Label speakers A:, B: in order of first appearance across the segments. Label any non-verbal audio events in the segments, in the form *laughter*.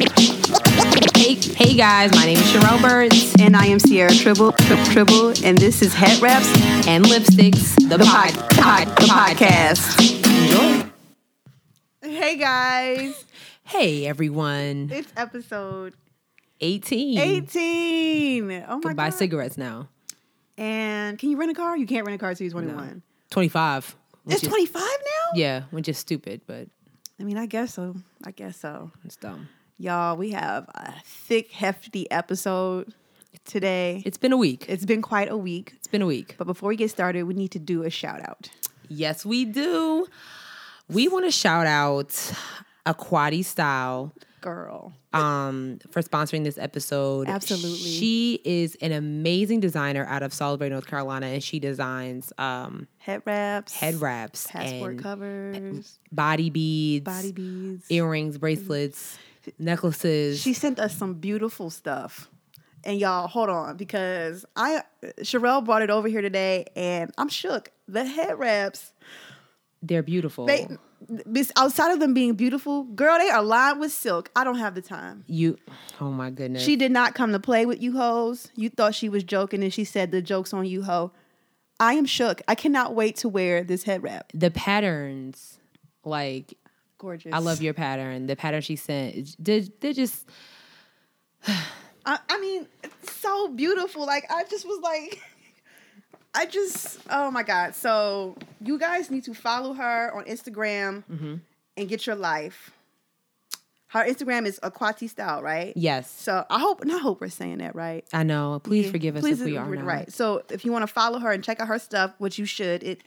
A: Hey, hey guys, my name is Cheryl Burns
B: And I am Sierra Tribble, Tri- Tribble, and this is Head Wraps,
A: and Lipsticks, the,
B: the,
A: pod,
B: pod, pod, the podcast.
A: Enjoy.
B: Hey guys,
A: Hey everyone,
B: it's episode
A: 18.
B: 18. Oh my
A: Can buy
B: god!
A: cigarettes now.
B: and can you rent a car? You can't rent a car till you're 21.
A: 25. which
B: It's
A: is-
B: 25 now.
A: Yeah, which is stupid, but
B: I mean, I guess so. I guess so.
A: it's dumb.
B: Y'all, we have a thick, hefty episode today.
A: It's been a week.
B: It's been quite a week,
A: It's been a week.
B: but before we get started, we need to do a shout out.
A: Yes, we do. We want to shout out Aquati Style.
B: Girl,
A: um for sponsoring this episode.
B: Absolutely.
A: She is an amazing designer out of Salisbury, North Carolina, and she designs um
B: head wraps,
A: head wraps,
B: passport
A: and
B: covers,
A: body beads,
B: body beads. Mm-hmm.
A: earrings, bracelets, necklaces.
B: She sent us some beautiful stuff. And y'all, hold on because I Sherelle brought it over here today and I'm shook. The head wraps,
A: They're beautiful.
B: they
A: Oh.
B: this- outside of them being beautiful, girl, they are lined with silk. I don't have the time.
A: you oh my goodness.
B: She did not come to play with you hoes. You thought she was joking and she said the joke's on you hoe. I am shook. I cannot wait to wear this head wrap.
A: the patterns like
B: Gorgeous.
A: I love your pattern. The pattern she sent, they're, they're just
B: I, I mean, it's so beautiful. Like I just was like, *laughs* I just, oh my god. So you guys need to follow her on Instagram and get your life. Her Instagram is Aquati Style, right?
A: yes.
B: So I hope, and I hope we're saying that right.
A: I know. Please forgive us
B: Please,
A: if we are
B: we're
A: not.
B: right. So if you want to follow her and check out her stuff, which you should, it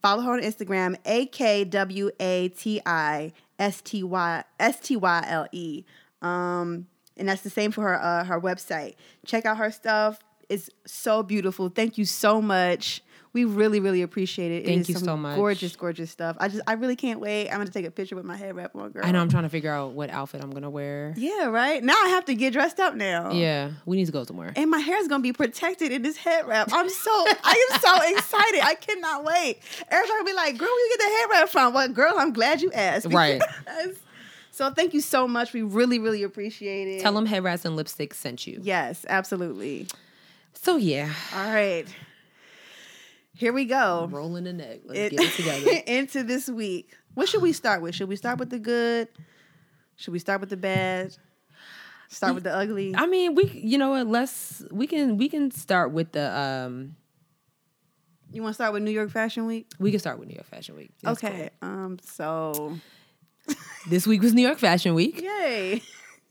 B: follow her on Instagram, A K W A T I S T Y S T Y L E. Um, and that's the same for her uh, her website. Check out her stuff. It's so beautiful. Thank you so much. We really, really appreciate it. It
A: Thank
B: is
A: you
B: some
A: so much.
B: Gorgeous, gorgeous stuff. I just, I really can't wait. I'm gonna take a picture with my head wrap on, girl.
A: I know I'm trying to figure out what outfit I'm gonna wear.
B: Yeah, right. Now I have to get dressed up now.
A: Yeah, we need to go somewhere.
B: and my hair is gonna be protected in this head wrap. I'm so I am so excited. I cannot wait. Everybody will be like, "Girl, where you get the head wrap from?" Well, girl, I'm glad you asked.
A: Right.
B: because- *laughs* so thank you so much. We really, really appreciate it.
A: Tell them head wraps and lipstick sent you.
B: Yes, absolutely.
A: So yeah,
B: All right. Here we go.
A: rolling the neck. Let's
B: It-
A: get it together.
B: *laughs* into this week. What should we start with? Should we start with the good? Should we start with the bad? Start with the ugly.
A: I mean, we you know what? Let's we can we can start with the um
B: You want to start with New York Fashion Week?
A: we can start with New York Fashion Week. That's
B: okay. Um. So.
A: cool. This week was New York Fashion Week,
B: Yay.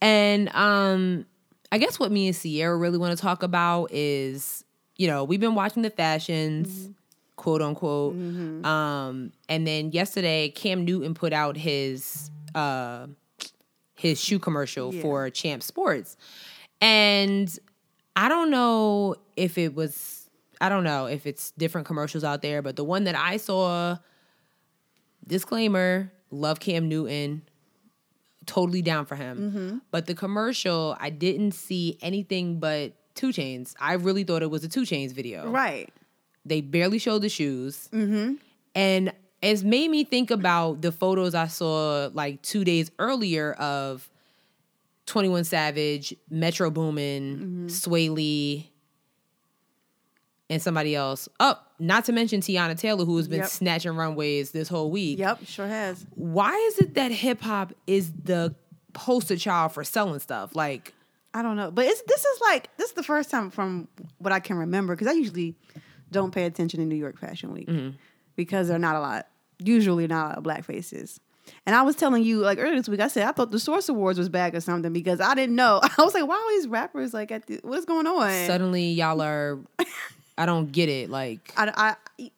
A: and um I guess what me and Sierra really want to talk about is you know we've been watching the fashions. Quote unquote. Um, and then yesterday, Cam Newton put out his uh, his shoe commercial
B: Yeah.
A: for Champ Sports. And I don't know if it was I don't know if it's different commercials out there, but the one that I saw disclaimer, love Cam Newton, totally down for him. But the commercial, I didn't see anything but Two Chains. I really thought it was a Two Chains video.
B: Right.
A: They barely showed the shoes.
B: Mm-hmm.
A: And it's made me think about the photos I saw like two days earlier of 21 Savage, Metro
B: Mm-hmm.
A: Boomin, Sway Lee, and somebody else. Oh, not to mention Tiana Taylor, who has been
B: Yep.
A: snatching runways this whole week.
B: Yep. Sure has.
A: Why is it that hip hop is the poster child for selling stuff? Like,
B: I don't know, but it's this is like this is the first time from what I can remember because I usually don't pay attention to New York Fashion Week because there are not a lot, usually not a lot of black faces. And I was telling you like earlier this week, I said I thought the Source Awards was back or something because I didn't know. *laughs* I was like, why are these rappers like at the, what is going on?
A: suddenly y'all are, I don't get it. Like,
B: I, I-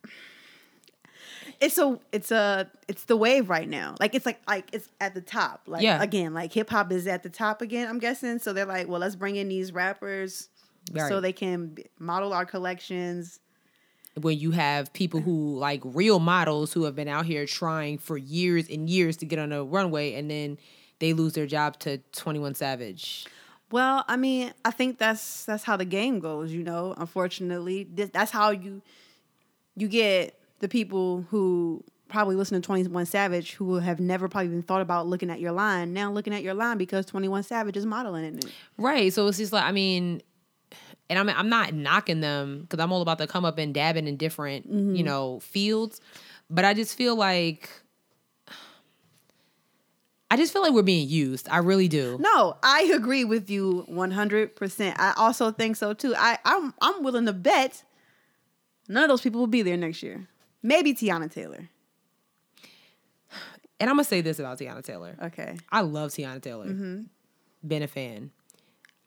B: it's a it's a it's the wave right now. Like it's like like it's at the top. Like
A: Yeah.
B: again, like hip hop is at the top again. I'm guessing. So they're like, well, let's bring in these rappers so
A: Right.
B: they can b- model our collections.
A: when you have people who like real models who have been out here trying for years and years to get on a runway and then they lose their job to 21 Savage.
B: Well, I mean, I think that's that's how the game goes. You know, unfortunately, Th- that's how you you get the people who probably listening to 21 Savage who will have never probably even thought about looking at your line now looking at your line because 21 Savage is modeling in it.
A: Right. So it's just like I mean, and I'm I'm not knocking them because I'm all about the come up and dabbing in different you know fields, but I just feel like I just feel like we're being used. I really do.
B: No, I agree with you 100%. I also think so too. I I'm I'm willing to bet none of those people will be there next year. Maybe Tiana Taylor.
A: And I'm gonna say this about Tiana Taylor.
B: Okay.
A: I love Tiana Taylor. Been a fan.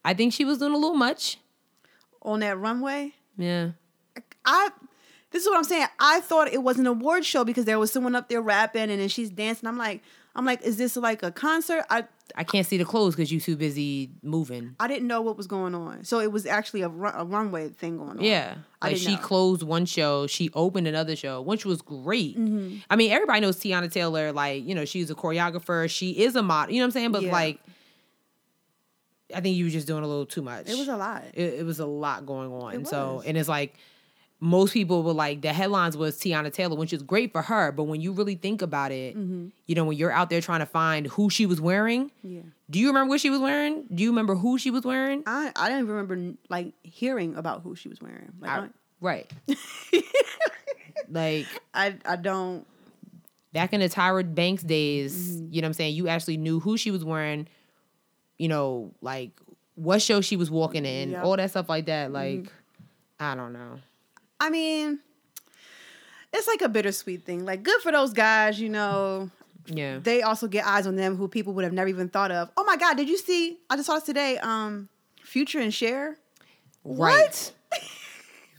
A: I think she was doing a little much.
B: On that runway,
A: Yeah.
B: I this is what I'm saying. I thought it was an award show because there was someone up there rapping and then she's dancing. I'm like, I'm like, is this like a concert? I
A: I can't see the clothes because you too busy moving.
B: I didn't know what was going on. So it was actually a, run, a runway thing going on.
A: Yeah.
B: Oh, I
A: Like
B: didn't
A: she
B: know.
A: closed one show, she opened another show, which was great.
B: Mm-hmm.
A: I mean, everybody knows Tiana Taylor, like, you know, she's a choreographer, she is a model, you know what I'm saying? But
B: Yeah.
A: like I think you were just doing a little too much.
B: It was a lot.
A: It, it was a lot going on.
B: It
A: So
B: was.
A: and it's like most people were like the headlines was Tiana Taylor, which is great for her. But when you really think about it,
B: Mm-hmm.
A: you know, when you're out there trying to find who she was wearing,
B: Yeah.
A: do you remember what she was wearing? Do you remember who she was wearing?
B: I I didn't even remember like hearing about who she was wearing. Like,
A: I- right. like
B: I, I don't.
A: back in the Tyra Banks days, you know what I'm saying? You actually knew who she was wearing, you know, like what show she was walking in,
B: Yep.
A: all that stuff like that. Like, I don't know.
B: I mean, it's like a bittersweet thing. Like, good for those guys, you know.
A: Yeah.
B: They also get eyes on them who people would have never even thought of. Oh my God, did you see? I just saw this today. Um, Future and Cher.
A: Right.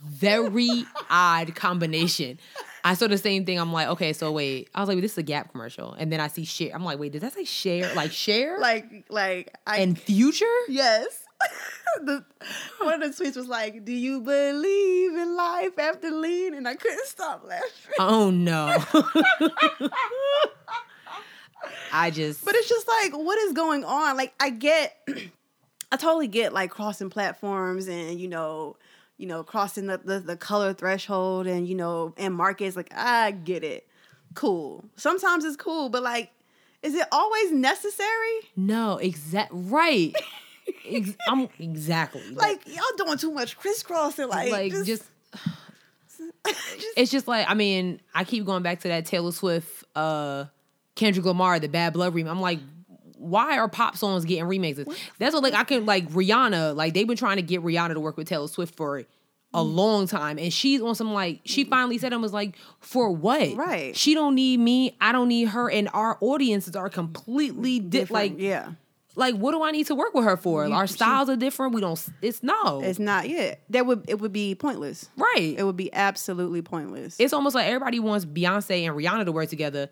A: Very odd combination. I saw the same thing. I'm like, okay, so wait. I was like, this is a Gap commercial. And then I see share. I'm like, wait, does that say share? Like share?
B: Like, like I
A: and future?
B: yes. *laughs* the, one of the tweets was like, "Do you believe in life after lean?" And I couldn't stop laughing.
A: Oh no. I just
B: But it's just like, what is going on? Like, I get, *clears throat* I totally get like crossing platforms and you know, you know, crossing the, the the color threshold and you know, and markets. Like, I get it. Cool. Sometimes it's cool, but like, is it always necessary?
A: No, exact right. Ex- I'm exactly
B: Like, y'all doing too much crisscrossing. Like,
A: like just,
B: *sighs* just
A: it's just like I mean I keep going back to that Taylor Swift, uh, Kendrick Lamar, the Bad Blood remix. I'm like, why are pop songs getting remixes? That's what like I can like Rihanna. Like they've been trying to get Rihanna to work with Taylor Swift for a
B: Mm.
A: long time, and she's on some like she finally said and was like, for what?
B: Right.
A: She don't need me. I don't need her, and our audiences are completely di- like
B: different. yeah.
A: like what do I need to work with her for? Our styles are different. We don't. s- It's no.
B: It's not yet. That would it would be pointless.
A: right.
B: It would be absolutely pointless.
A: it's almost like everybody wants Beyonce and Rihanna to work together.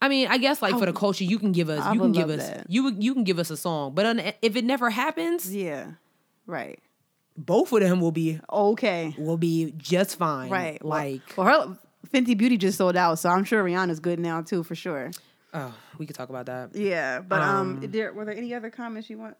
A: I mean, I guess like for the culture, you can give us,
B: I
A: you can
B: would
A: give
B: love
A: us,
B: that.
A: you would- you can give us a song. But un- if it never happens,
B: yeah. Right.
A: both of them will be
B: Okay.
A: will be just fine.
B: Right. well-
A: Like,
B: well, her Fenty Beauty just sold out, so I'm sure Rihanna's good now too, for sure.
A: oh, we could talk about that.
B: Yeah, but um, there, were there any other comments you want?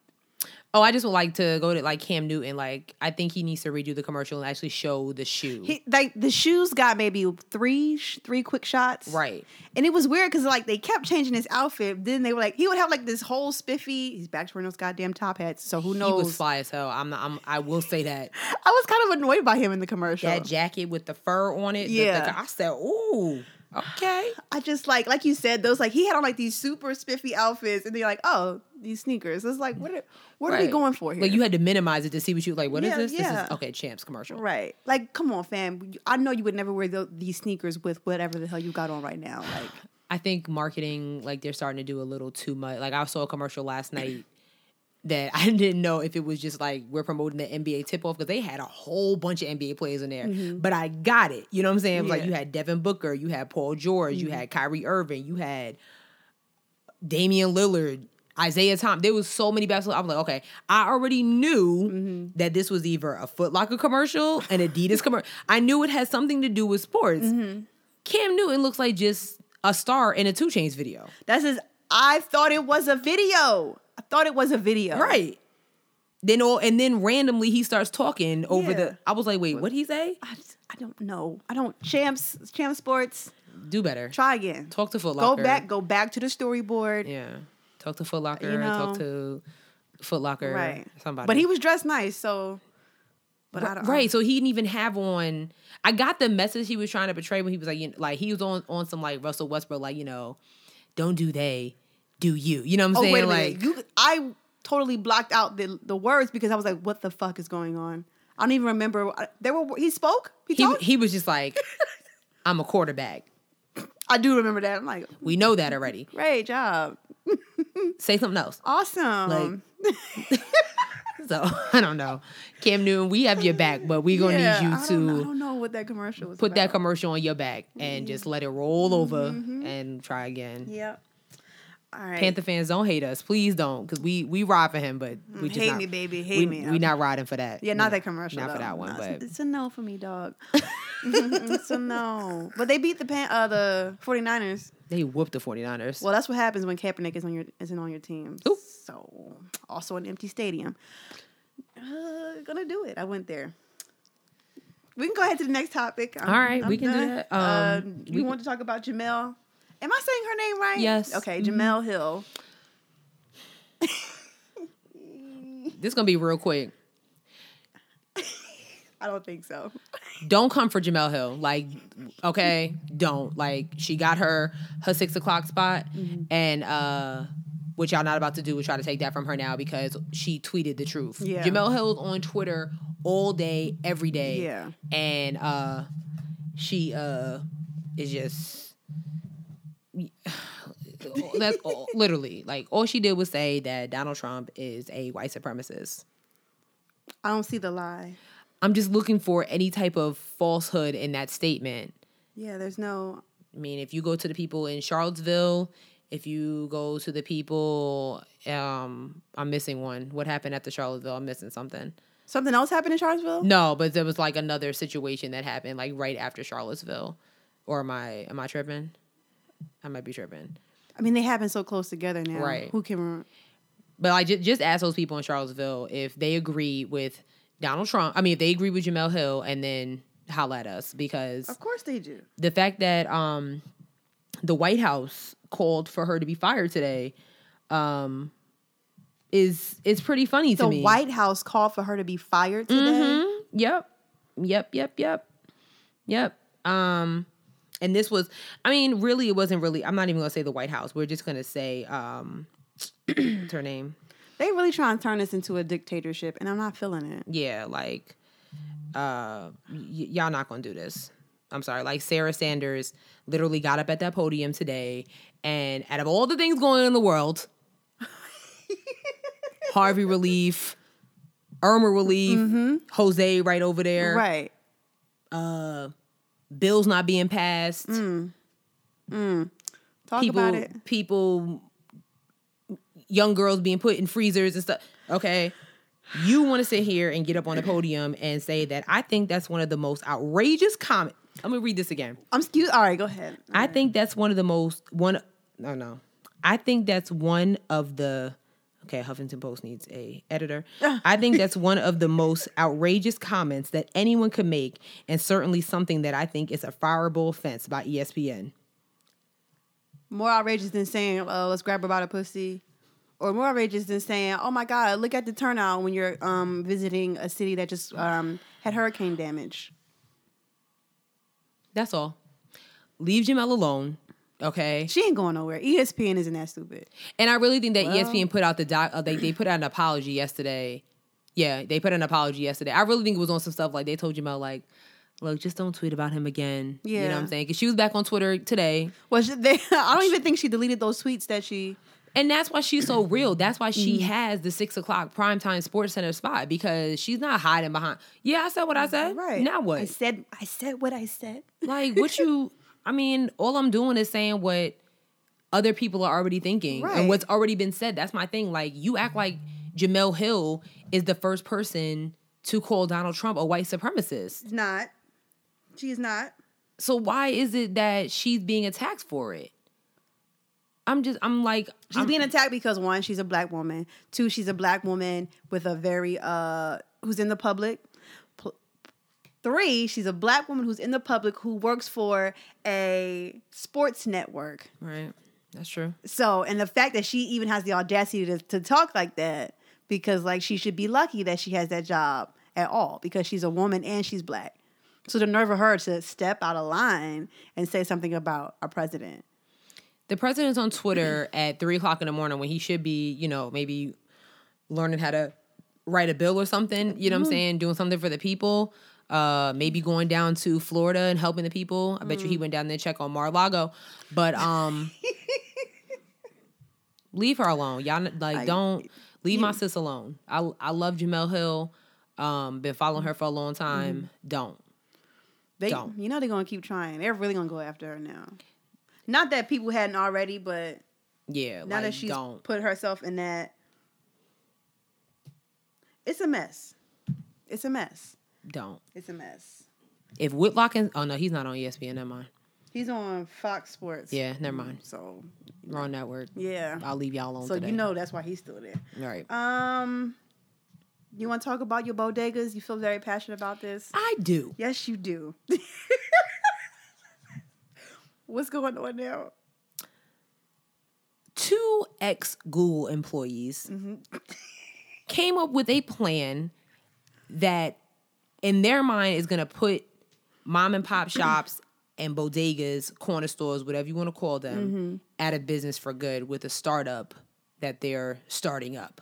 A: Oh, I just would like to go to like Cam Newton. Like, I think he needs to redo the commercial and actually show the shoe.
B: He, like the shoes got maybe three sh- three quick shots,
A: right.
B: And it was weird because like they kept changing his outfit. Then they were like, he would have like this whole spiffy. He's back to wearing those goddamn top hats, so who knows?
A: He was fly as hell. I'm. Not, I'm. I will say that.
B: I was kind of annoyed by him in the commercial.
A: that jacket with the fur on it. the- the-
B: Yeah.
A: I said, ooh, okay.
B: I just like like you said those like he had on like these super spiffy outfits, and they're like, oh, these sneakers. It's like what are what are we
A: Right.
B: going for here?
A: Like you had to minimize it to see what you like. What is
B: Yeah,
A: this? This
B: yeah.
A: is okay. Champs commercial.
B: Right. Like, come on, fam. I know you would never wear tho- these sneakers with whatever the hell you got on right now.
A: *sighs*
B: Like,
A: I think marketing like they're starting to do a little too much. Like I saw a commercial last night that *laughs* I didn't know if it was just like we're promoting the NBA tip off because they had a whole bunch of NBA players in there. But I got it. You know what I'm saying? It was Like
B: Yeah.
A: you had Devin Booker, you had Paul George, you had Kyrie Irving, you had Damian Lillard, Isaiah Thomas. There was so many basketball. I'm like, okay, I already knew that this was either a Foot Locker commercial, an Adidas commercial. I knew it had something to do with sports. Cam Newton looks like just a star in a Two Chains video.
B: that's just, I thought it was a video. I thought it was a video.
A: Right. Then all and then randomly he starts talking over
B: Yeah.
A: the I was like, wait, what'd he say?
B: I, just, I don't know. I don't, champs, champ sports.
A: do better.
B: Try again.
A: Talk to Foot
B: Go
A: Locker.
B: back. Go back to the storyboard.
A: Yeah. Talk to Foot Locker.
B: You know.
A: talk to Foot Locker.
B: Right.
A: Somebody.
B: But he was dressed nice, so. But I don't.
A: right. So he didn't even have on. I got the message he was trying to portray when he was like, you know, like he was on on some like Russell Westbrook, like you know, don't do they, do you? You know what I'm
B: Oh
A: saying?
B: wait a
A: like
B: minute. You, I totally blocked out the the words because I was like, "What the fuck is going on?" I don't even remember. I- There were he spoke. He,
A: he
B: talked.
A: he was just
B: *laughs*
A: like, I'm a quarterback.
B: I do remember that. I'm like,
A: We know that already.
B: great job,
A: Say something else. *laughs*
B: awesome.
A: So I don't know, Cam Newton, we have your back, but we're gonna
B: Yeah,
A: need you
B: I don't, know- Mm-hmm. I
A: to
B: don't know what that commercial was.
A: put that
B: about.
A: commercial on your back and just let it roll over
B: Mm-hmm.
A: and try again.
B: Yep. All right.
A: Panther fans don't hate us, please don't, because we we ride for him, but we just
B: Mm, hate
A: not-
B: me, baby, hate
A: we,
B: me.
A: We not riding for that.
B: Yeah, not that commercial.
A: Not
B: though.
A: for that one,
B: No,
A: but
B: *laughs* it's, it's a no for
A: *laughs*
B: me, dog. *laughs* it's a no. But they beat the pan, uh, the 49ers.
A: they whooped the 49ers.
B: Well, that's what happens when Kaepernick is on your isn't on your team.
A: Oop.
B: So also an empty stadium. Uh, gonna do it. I went there. We can go ahead to the next topic. I'm-
A: All right,
B: I'm
A: we can do
B: done.
A: that.
B: Uh,
A: Um,
B: we
A: we-
B: want to talk about Jamel. Am I saying her name right?
A: Yes. Mm-hmm.
B: Okay, Jamel Hill.
A: this is gonna be real quick.
B: I don't think so.
A: Don't come for Jamel Hill. Like, okay, don't. Like, she got her her six o'clock spot,
B: Mm-hmm.
A: and uh, what y'all not about to do is try to take that from her now because she tweeted the truth.
B: Yeah.
A: Jamel Hill's on Twitter all day, every day.
B: Yeah.
A: and uh, she uh is just *sighs* that's all, literally like all she did was say that Donald Trump is a white supremacist.
B: I don't see the lie.
A: I'm just looking for any type of falsehood in that statement.
B: Yeah, there's no.
A: I mean, if you go to the people in Charlottesville, if you go to the people, um, I'm missing one. What happened after Charlottesville? I'm missing something.
B: Something else happened in Charlottesville?
A: No, but there was like another situation that happened like right after Charlottesville. Or am I am I tripping? I might be tripping.
B: I mean, they happen so close together now.
A: Right.
B: Who can remember?
A: But I just just ask those people in Charlottesville if they agree with Donald Trump. I mean, if they agree with Jamel Hill, and then holla at us because
B: Of course they do.
A: the fact that um the White House called for her to be fired today um is is pretty funny
B: The
A: to me.
B: White House called for her to be fired today.
A: Mhm. Yep. Yep. Yep. Yep. Yep. Um, and this was, I mean, really, it wasn't really. I'm not even gonna say the White House. We're just gonna say, um, *clears throat* what's her name?
B: They really trying to turn this into a dictatorship, and I'm not feeling it.
A: Yeah, like, uh, y- y'all not gonna do this. I'm sorry. Like Sarah Sanders literally got up at that podium today, and out of all the things going on in the world, Harvey relief, Irma relief, Jose right over there,
B: Right.
A: bills not being passed,
B: Talk
A: people,
B: about it.
A: people, young girls being put in freezers and stuff. Okay, you want to sit here and get up on the podium and say that I think that's one of the most outrageous comment. I'm gonna read this again.
B: I'm excuse. All right, go ahead.
A: I think that's one of the most one. No, no. I think that's one of the. Okay, Huffington Post needs a
B: *laughs*
A: editor. I think that's one of the most outrageous comments that anyone could make, and certainly something that I think is a fireable offense by E ESPN.
B: More outrageous than saying, uh, "Let's grab her by the pussy," or more outrageous than saying, "Oh my God, look at the turnout when you're um, visiting a city that just um, had hurricane damage."
A: That's all. Leave Jamel alone. Okay.
B: She ain't going nowhere. E ESPN isn't that stupid.
A: And I really think that E
B: Well-
A: ESPN put out the doc, uh, they, they put out an apology yesterday. Yeah, they put out an apology yesterday. I really think it was on some stuff like they told Jamel, like, look, just don't tweet about him again. You know what
B: Yeah.
A: I'm saying? Because she was back on Twitter today.
B: Well, she, they, *laughs* I don't even think she deleted those tweets that she.
A: And that's why she's so real. That's why
B: Mm-hmm.
A: she has the six o'clock primetime sports center spot because she's not hiding behind. Yeah, I said what I said.
B: Right
A: Now what?
B: I said. I said what I said.
A: Like what you I mean, all I'm doing is saying what other people are already thinking
B: Right.
A: and what's already been said. That's my thing. Like you act like Jamel Hill is the first person to call Donald Trump a white supremacist.
B: Not. She is not.
A: So why is it that she's being attacked for it? I'm just I'm like
B: She's being attacked because one, she's a black woman. Two, she's a black woman with a very uh who's in the public. Pl- Three, she's a black woman who's in the public who works for a sports network.
A: Right. That's true.
B: So, and the fact that she even has the audacity to, to talk like that, because like she should be lucky that she has that job at all, because she's a woman and she's black. So the nerve of her to step out of line and say something about our president.
A: The president's on Twitter *clears throat* at three o'clock in the morning when he should be, you know, maybe learning how to write a bill or something. You know what I'm
B: Mm-hmm.
A: saying? Doing something for the people. Uh, maybe going down to Florida and helping the people. I bet
B: Mm.
A: you he went down there to check on Mar-a-Lago. But
B: *laughs*
A: um, leave her alone. Y'all n- like don't leave my sis alone. I I love Jamel Hill. Um, been following her for a long time.
B: Mm-hmm.
A: Don't.
B: They,
A: Don't.
B: you know, they're gonna keep trying. They're really gonna go after her now. Not that people hadn't already, but
A: Yeah.
B: now
A: like,
B: that she's
A: don't.
B: put herself in that, it's a mess. It's a mess.
A: Don't.
B: It's a mess.
A: If Whitlock and oh no, he's not on ESPN. Never mind.
B: He's on Fox Sports.
A: Yeah, never mind.
B: So
A: Wrong network.
B: yeah.
A: I'll leave y'all alone.
B: So
A: today.
B: you know that's why he's still there.
A: All right.
B: Um, you want to talk about your bodegas? You feel very passionate about this.
A: I do.
B: Yes, you do. *laughs* What's going on now?
A: Two ex Google employees
B: Mm-hmm.
A: came up with a plan that, in their mind, is going to put mom and pop shops *clears throat* and bodegas, corner stores, whatever you want to call them,
B: Mm-hmm.
A: out of business for good with a startup that they're starting up.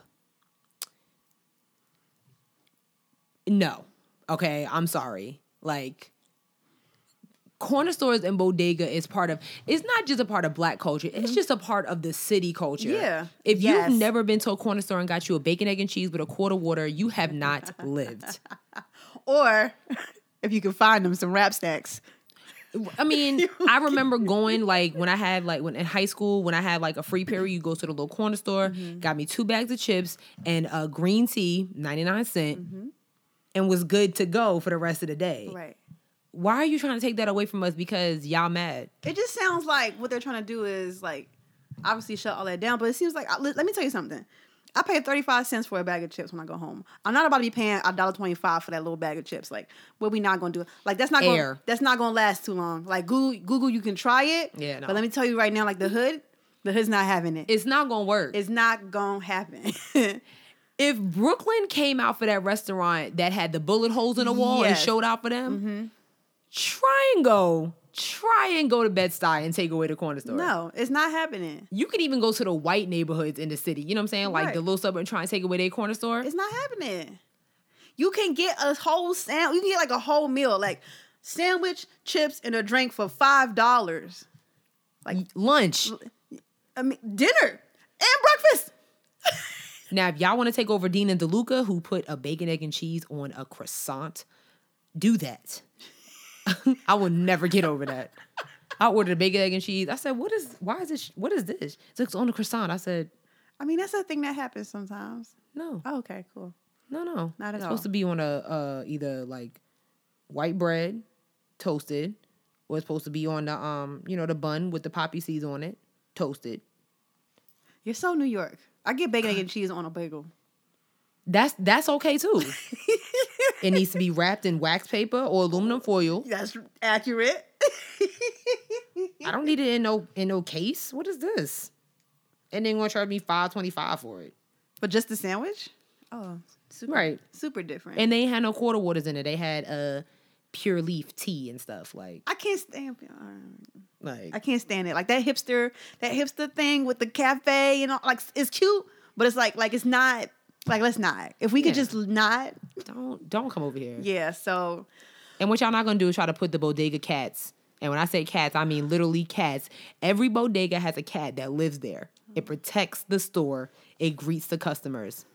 A: No. Okay, I'm sorry. Like, corner stores and bodega is part of it's not just a part of black culture it's just a part of the city culture
B: Mm-hmm. Yeah.
A: if
B: Yes.
A: you've never been to a corner store and got you a bacon egg and cheese with a quart of water you have
B: *laughs*
A: not lived
B: Or *laughs* if you can find them some rap snacks.
A: I
B: *laughs*
A: mean, I remember going like when I had like when in high school when I had like a free period, you go to the little corner store,
B: Mm-hmm.
A: got me two bags of chips and a green tea, ninety nine and was good to go for the rest of the day.
B: Mm-hmm. Right.
A: Why are you trying to take that away from us? Because y'all mad.
B: It just sounds like what they're trying to do is like obviously shut all that down, but it seems like I- let let me tell you something. I pay 35 cents for a bag of chips when I go home. I'm not about to be paying $1.25 for that little bag of chips. Like, what we not going to do? Like that's not going
A: Air.
B: that's not going to last too long. Like Google Google you can try it.
A: Yeah, no.
B: But let me tell you right now like the hood, the hood's not having it.
A: It's not gonna work.
B: It's not going to happen. *laughs*
A: if Brooklyn came out for that restaurant that had the bullet holes in the wall and
B: Yes. Mm-hmm.
A: showed out for them, try and go, try and go to Bed Stuy and take away the corner store.
B: no, it's not happening.
A: You can even go to the white neighborhoods in the city. You know what I'm saying? Like
B: Right.
A: the little suburb and try and take away their corner store.
B: It's not happening. You can get a whole sandwich. You can get like a whole meal, like sandwich, chips, and a drink for five dollars.
A: Lunch.
B: I mean, dinner and breakfast.
A: Now, if y'all want to take over Dean and DeLuca, who put a bacon, egg, and cheese on a croissant, do that. *laughs* I will never get over that. I ordered a bacon, egg, and cheese. I said, "What is? Why is this? What is this?" It's like, "It's on a croissant." I said,
B: I mean, that's a thing that happens sometimes.
A: "No,
B: Oh, okay, cool.
A: no, no,
B: Not at
A: it's
B: all.
A: Supposed to be on a uh, either like white bread, toasted, or it's supposed to be on the um, you know, the bun with the poppy seeds on it, toasted."
B: You're so New York. I get bacon, egg, and cheese on a bagel.
A: That's that's okay too. it needs to be wrapped in wax paper or aluminum foil.
B: That's accurate.
A: I don't need it in no in no case. What is this? And they're gonna charge me five twenty five for it.
B: *laughs* but just the sandwich? Oh, super,
A: Right.
B: super different.
A: And they ain't had no quarter waters in it. They had uh pure leaf tea and stuff like
B: I can't stand. uh,
A: like
B: I can't stand it. Like that hipster, that hipster thing with the cafe and all, like it's cute, but it's like like it's not like let's not. If we could
A: Yeah.
B: just not,
A: don't don't come over here.
B: yeah. So
A: And what y'all not gonna do is try to put the bodega cats. And when I say cats, I mean literally cats. Every bodega has a cat that lives there. It protects the store. It greets the customers.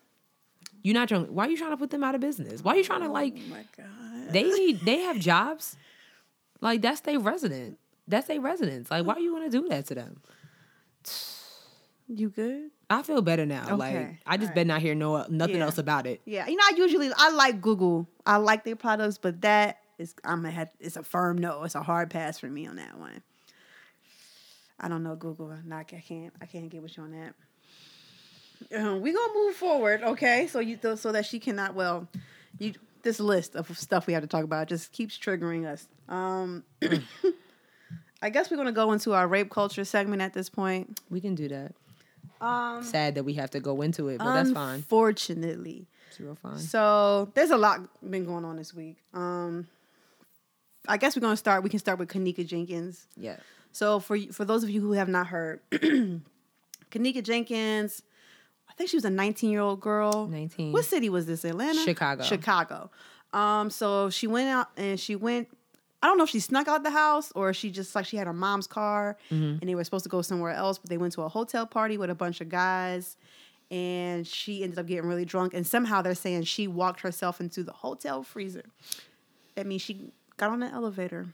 A: You're not trying. Why are you trying to put them out of business? Why are you trying to like?
B: oh my god,
A: They need. They have jobs. Like that's their resident. That's their residence. Like why you want to do that to them?
B: you good?
A: I feel better now. Like
B: Okay.
A: I just better not hear no nothing
B: Yeah.
A: else about it.
B: Yeah, you know I usually I like Google, I like their products, but that is I'm a have it's a firm no, it's a hard pass for me on that one. I don't know Google, Nah, I can't I can't get with you on that. Uh, Um, we gonna move forward, okay? So you so that she cannot well, you this list of stuff we have to talk about just keeps triggering us. Um, *coughs* I guess we're gonna go into our rape culture segment at this point.
A: We can do that.
B: Um,
A: Sad that we have to go into it, but that's fine.
B: Unfortunately,
A: It's real fine.
B: so there's a lot been going on this week. Um, I guess we're gonna start. We can start with Kanika Jenkins.
A: Yeah.
B: So for for those of you who have not heard, *clears throat* Kanika Jenkins, I think she was a 19 year old girl.
A: 19.
B: What city was this? Atlanta.
A: Chicago.
B: Chicago. Um. So she went out and she went. I don't know if she snuck out the house or she just like she had her mom's car and they were supposed to go somewhere else, but they went to a hotel party with a bunch of guys. And she ended up getting really drunk, and somehow they're saying she walked herself into the hotel freezer. That means she got on an elevator,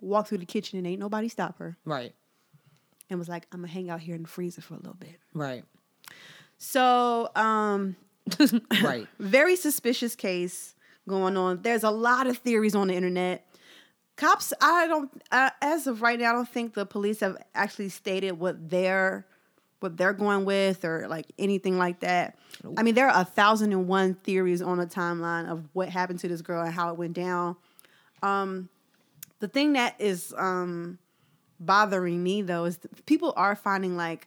B: walked through the kitchen, and ain't nobody stop her
A: Right.
B: and was like, I'm gonna hang out here in the freezer for a little bit.
A: Right.
B: So, um,
A: right.
B: very suspicious case going on. There's a lot of theories on the internet. Cops, I don't, uh, as of right now, I don't think the police have actually stated what they're, what they're going with or like anything like that. I mean, there are a thousand and one theories on the timeline of what happened to this girl and how it went down. Um, the thing that is um, bothering me though is th- people are finding like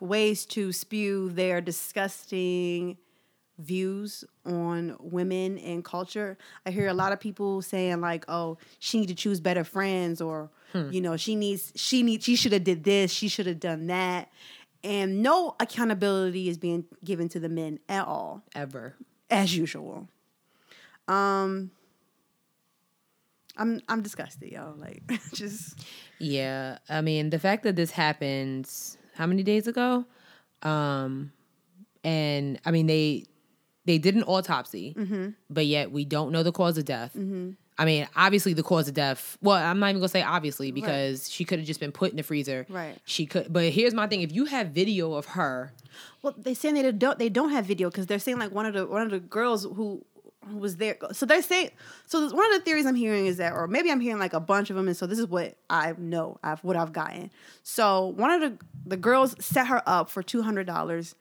B: ways to spew their disgusting views on women and culture. I hear a lot of people saying like, "Oh, she need to choose better friends," or you know, she needs she needs she should have did this, she should have done that, and no accountability is being given to the men at all,
A: *laughs* Ever.
B: as usual. Um, I'm I'm disgusted, y'all. Like, *laughs* just
A: Yeah. I mean, the fact that this happens how many days ago? Um and I mean they they did an autopsy,
B: Mm-hmm.
A: but yet we don't know the cause of death. I mean, obviously the cause of death. Well, I'm not even gonna say obviously because she could have just been put in the freezer.
B: Right.
A: She could. But here's my thing: if you have video of her,
B: Well, they saying they don't they don't have video because they're saying like one of the one of the girls who who was there. So they're saying so this- one of the theories I'm hearing is that, or maybe I'm hearing like a bunch of them, and so this is what I know I've what I've gotten. So one of the the girls set her up for two hundred dollars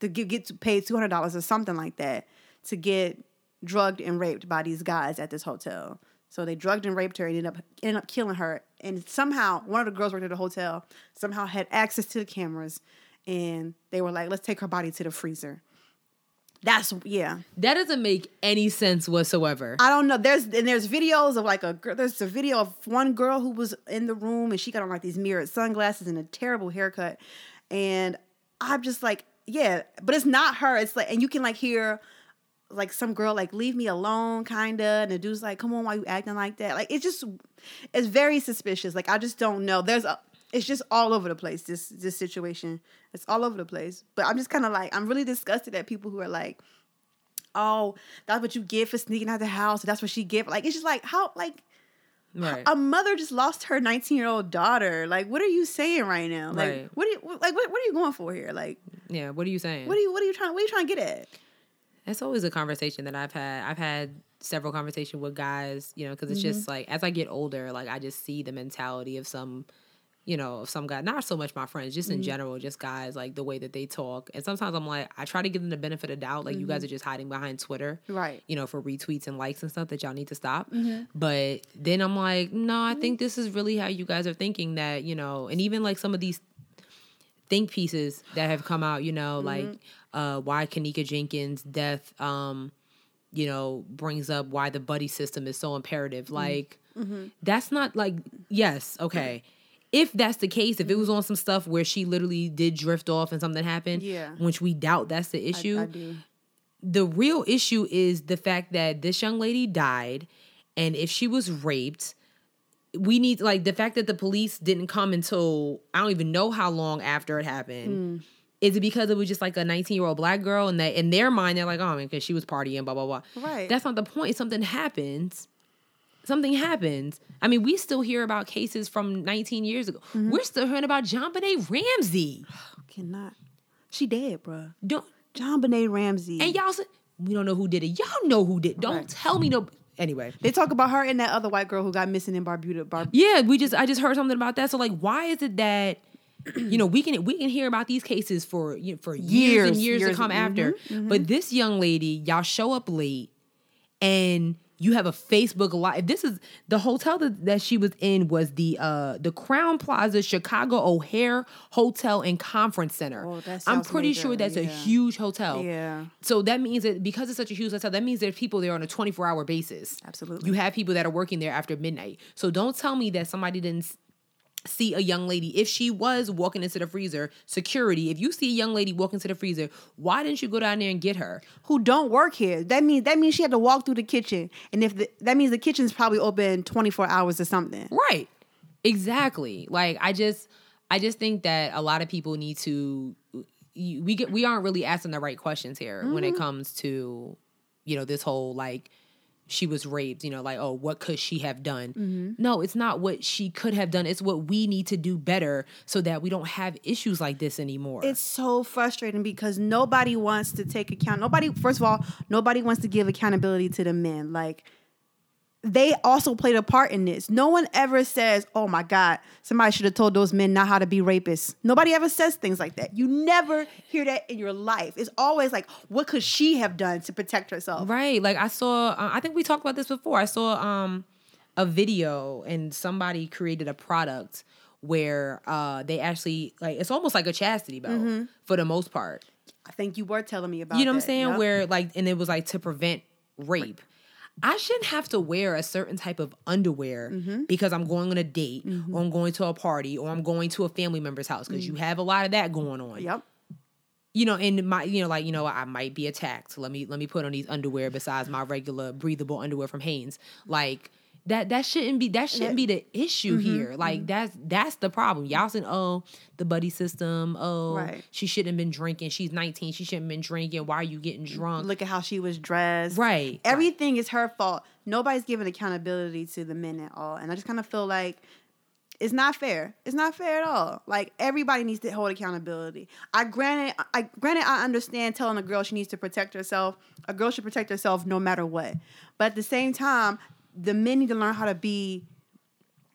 B: to get get to pay two hundred dollars or something like that to get drugged and raped by these guys at this hotel. So they drugged and raped her and ended up ended up killing her. And somehow one of the girls worked at the hotel somehow had access to the cameras, and they were like, "Let's take her body to the freezer." That's yeah.
A: that doesn't make any sense whatsoever.
B: I don't know. There's and there's videos of like a girl. There's a video of one girl who was in the room and she got on like these mirrored sunglasses and a terrible haircut, and I'm just like, yeah, but it's not her. It's like, and you can like hear like some girl like leave me alone kinda and the dude's like come on why you acting like that like it's just it's very suspicious like i just don't know there's a it's just all over the place this this situation it's all over the place but i'm just kind of like i'm really disgusted at people who are like oh that's what you get for sneaking out the house that's what she get like it's just like how like
A: right.
B: a mother just lost her 19 year old daughter like what are you saying right now like
A: Right.
B: what are you like what, what are you going for here like
A: yeah. What are you saying?
B: what are you what are you trying what are you trying to get at
A: That's always a conversation that I've had. I've had several conversations with guys, you know, because it's just like as I get older, like I just see the mentality of some, you know, of some guy. Not so much my friends, just in general, just guys like the way that they talk. And sometimes I'm like, I try to give them the benefit of doubt. Like you guys are just hiding behind Twitter,
B: Right.
A: You know, for retweets and likes and stuff that y'all need to stop.
B: Mm-hmm.
A: But then I'm like, no, I think this is really how you guys are thinking that you know, and even like some of these think pieces that have come out, you know, like
B: Mm-hmm.
A: uh, why Kanika Jenkins' death, um, you know, brings up why the buddy system is so imperative.
B: Mm-hmm.
A: Like, that's not like, yes, okay. If that's the case, if it
B: Mm-hmm.
A: was on some stuff where she literally did drift off and something happened,
B: Yeah.
A: which we doubt that's the issue,
B: I do.
A: the real issue is the fact that this young lady died and if she was raped we need like the fact that the police didn't come until i don't even know how long after it happened is it because it was just like a 19 year old black girl and that in their mind they're like oh man because she was partying blah blah blah
B: Right.
A: that's not the point something happens something happens i mean we still hear about cases from 19 years ago we're still hearing about john benet ramsey
B: Cannot. She dead, bruh.
A: don't
B: John Benet Ramsey.
A: And y'all said, we don't know who did it. Y'all know who did. Don't
B: Right.
A: tell me no. Anyway.
B: they talk about her and that other white girl who got missing in Barbuda. Bar-
A: *clears throat* Yeah, we just I just heard something about that. So like why is it that you know, we can we can hear about these cases for you know, for years, and years, mm-hmm,
B: Years,
A: to
B: years,
A: come
B: mhm,
A: after. But this young lady, y'all show up late, and you have a Facebook live. This is the hotel that, that she was in was the uh the Crown Plaza Chicago O'Hare Hotel and Conference Center.
B: Oh, that
A: I'm
B: sounds
A: pretty
B: major,
A: sure that's a
B: yeah.
A: huge hotel.
B: Yeah.
A: So that means that because it's such a huge hotel, that means there's people there on a 24 hour basis.
B: Absolutely.
A: You have people that are working there after midnight. So don't tell me that somebody didn't s- see a young lady. If she was walking into the freezer, security, if you see a young lady walking to the freezer, why didn't you go down there and get her?
B: who don't work here. That means that means she had to walk through the kitchen, and if the, that means the kitchen's probably open twenty four hours or something.
A: Right. Exactly. Like I just I just think that a lot of people need to you- we get we aren't really asking the right questions here when it comes to you know this whole like she was raped, you know, like oh what could she have done? No, it's not what she could have done. It's what we need to do better so that we don't have issues like this anymore.
B: It's so frustrating because nobody wants to take account. Nobody, first of all, nobody wants to give accountability to the men. Like they also played a part in this. No one ever says, "Oh my God, somebody should have told those men not how to be rapists." Nobody ever says things like that. You never hear that in your life. It's always like, "What could she have done to protect herself?"
A: Right. Like I saw, uh, I think we talked about this before. I saw um, a video and somebody created a product where uh, they actually like it's almost like a chastity belt for the most part.
B: I think you were telling me about.
A: You know what I'm
B: that.
A: saying?
B: Yup.
A: Where like, and it was like to prevent rape. I shouldn't have to wear a certain type of underwear because I'm going on a date or I'm going to a party or I'm going to a family member's house because you have a lot of that going on
B: Yep.
A: you know, and my, you know, like you know, I might be attacked. Let me let me put on these underwear besides my regular breathable underwear from Hanes. Like that that shouldn't be that shouldn't be the issue
B: Mm-hmm.
A: here. Like that's that's the problem. Y'all saying, oh, the buddy system. Oh,
B: Right.
A: she shouldn't have been drinking. She's nineteen. She shouldn't have been drinking. Why are you getting drunk?
B: Look at how she was dressed.
A: Right.
B: Everything is her fault. Nobody's giving accountability to the men at all. And I just kind of feel like it's not fair. It's not fair at all. Like everybody needs to hold accountability. I granted I granted I understand telling a girl she needs to protect herself. A girl should protect herself no matter what. But at the same time, the men need to learn how to be *laughs*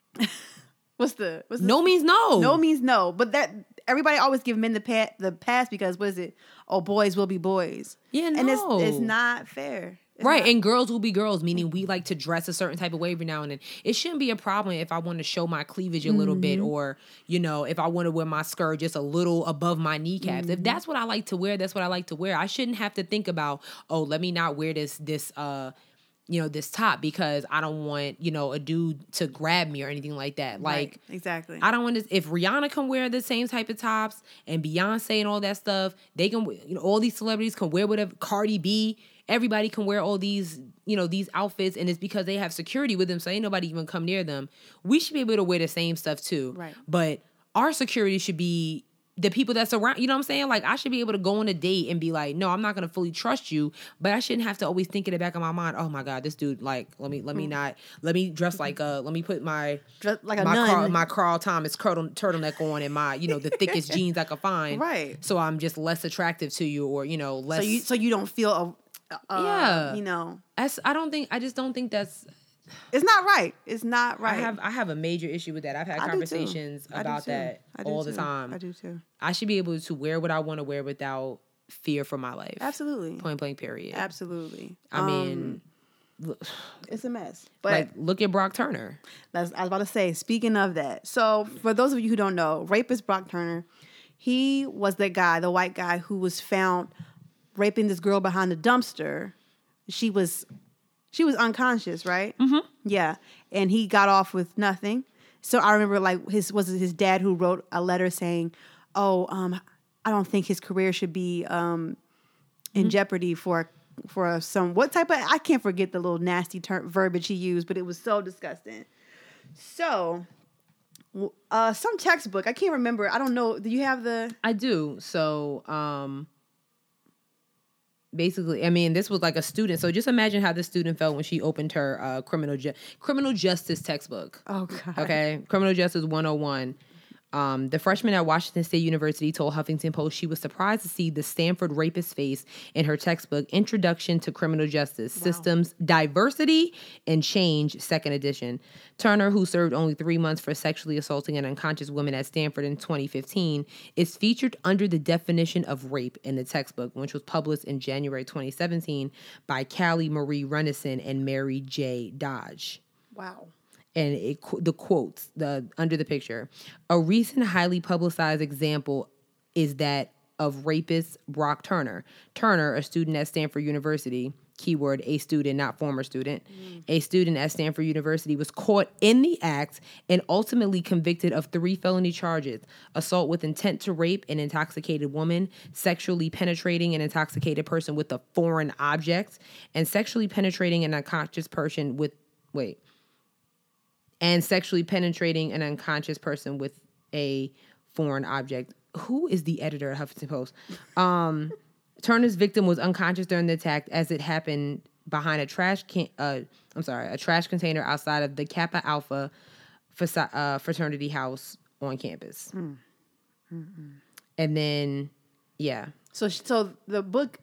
B: what's the what's the
A: no means no.
B: no means no, but that everybody always give men the pat the pass because what is it? Oh, boys will be boys.
A: Yeah,
B: and it's
A: no.
B: it's not fair. It's
A: Right,
B: not-
A: and girls will be girls, meaning we like to dress a certain type of way every now and then. It shouldn't be a problem if I want to show my cleavage a little bit,
B: Mm-hmm.
A: or you know, if I want to wear my skirt just a little above my kneecaps.
B: Mm-hmm.
A: If that's what I like to wear, that's what I like to wear. I shouldn't have to think about, oh, let me not wear this this uh, you know, this top because I don't want you know a dude to grab me or anything like that. Like
B: Right, exactly.
A: I don't want to. If Rihanna can wear the same type of tops and Beyonce and all that stuff, they can. You know, all these celebrities can wear whatever. Cardi B, everybody can wear all these. You know, these outfits, and it's because they have security with them, so ain't nobody even come near them. We should be able to wear the same stuff too.
B: Right.
A: But our security should be the people that's around. You know what I'm saying? Like I should be able to go on a date and be like, no, I'm not gonna fully trust you, but I shouldn't have to always think in the back of my mind, oh my god, this dude. Like, let me let
B: Mm-hmm.
A: me not let me dress like uh let me put my
B: Dress like a
A: my
B: nun.
A: Carl, my Carl Thomas curtle, turtleneck on and my you know the
B: *laughs*
A: thickest jeans I could find.
B: Right.
A: So I'm just less attractive to you, or you know
B: so
A: less.
B: you so you don't feel a, a
A: Yeah.
B: you know
A: that's, I don't think I just don't think that's.
B: it's not right. It's not right.
A: I have I have a major issue with that. I've had
B: I do too.
A: conversations
B: I do
A: about
B: too.
A: that
B: I do
A: all the
B: too.
A: time.
B: I do too.
A: I should be able to wear what I want to wear without fear for my life.
B: Absolutely.
A: Point blank. Period.
B: Absolutely. Um,
A: I mean,
B: it's a mess. But
A: like look at Brock Turner.
B: That's, I was about to say, speaking of that, so for those of you who don't know, rapist Brock Turner, he was the guy, the white guy who was found raping this girl behind the dumpster. She was she was unconscious, right? Mm-hmm. Yeah. And he got off with nothing. So I remember like his was it his dad who wrote a letter saying, Oh, um, I don't think his career should be um in jeopardy for for some what type of I can't forget the little nasty term verbiage he used, but it was so disgusting. So, w- uh, some textbook I can't remember. I don't know. Do you have the?
A: I do. So, um basically, I mean, this was like a student. So just imagine how this student felt when she opened her uh criminal ju- criminal justice textbook.
B: Oh God.
A: Okay? Criminal Justice 101. Um, the freshman at Washington State University told Huffington Post she was surprised to see the Stanford rapist face in her textbook, Introduction to Criminal Justice Systems Diversity and Change, second edition. Turner, who served only three months for sexually assaulting an unconscious woman at Stanford in 2015, is featured under the definition of rape in the textbook, which was published in January 2017 by Callie Marie Renison and Mary J. Dodge
B: Wow.
A: and it, qu- the quotes the under the picture a recent highly publicized example is that of rapist brock turner turner a student at stanford university keyword a student not former student a student at stanford university was caught in the act and ultimately convicted of three felony charges assault with intent to rape an intoxicated woman sexually penetrating an intoxicated person with a foreign object and sexually penetrating an unconscious person with wait and sexually penetrating an unconscious person with a foreign object. Who is the editor at Huffington Post? Um, *laughs* Turner's victim was unconscious during the attack as it happened behind a trash can. Uh, I'm sorry, a trash container outside of the Kappa Alpha fasa- uh, fraternity house on campus.
B: Hmm.
A: And then, yeah,
B: So sh- so the book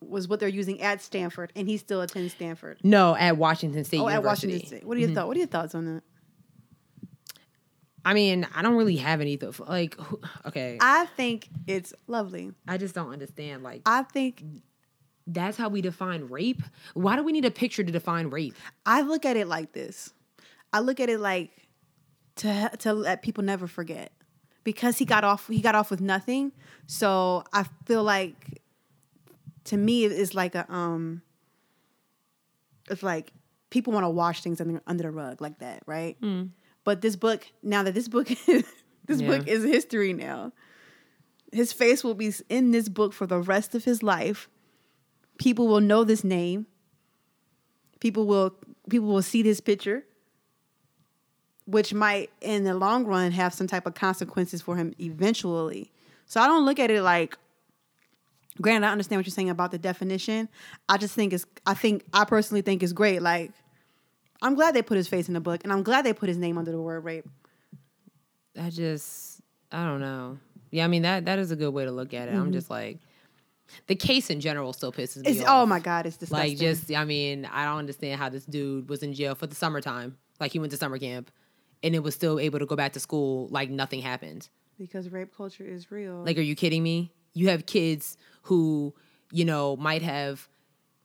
B: was what they're using at Stanford, and he still attends Stanford.
A: no, at Washington State
B: Oh, at
A: University.
B: Washington State. What are your thoughts? What are your thoughts on that?
A: I mean, I don't really have any th- like. who- Okay, I,
B: I think it's lovely.
A: just don't understand. Like,
B: I think
A: that's how we define rape. Why do we need a picture to define rape?
B: I look at it like this. I look at it like to to let people never forget because he got off he got off with nothing. So I feel like to me it's like a um it's like people want to wash things under, under the rug like that, right? But this book now that this book *laughs* is, this
A: Yeah.
B: book is history now. His face will be in this book for the rest of his life. People will know this name. People will people will see this picture, which might in the long run have some type of consequences for him eventually. So I don't look at it like granted, I understand what you're saying about the definition. I just think it's I think I personally think it's great. Like I'm glad they put his face in the book and I'm glad they put his name under the word rape.
A: I just I don't know. Yeah, I mean that that is a good way to look at it. I'm just like the case in general still pisses me
B: It's
A: off.
B: oh my god, it's disgusting.
A: like just I mean, I don't understand how this dude was in jail for the summertime. Like he went to summer camp and it was still able to go back to school like nothing happened.
B: because rape culture is real.
A: Like, are you kidding me? You have kids who, you know, might have.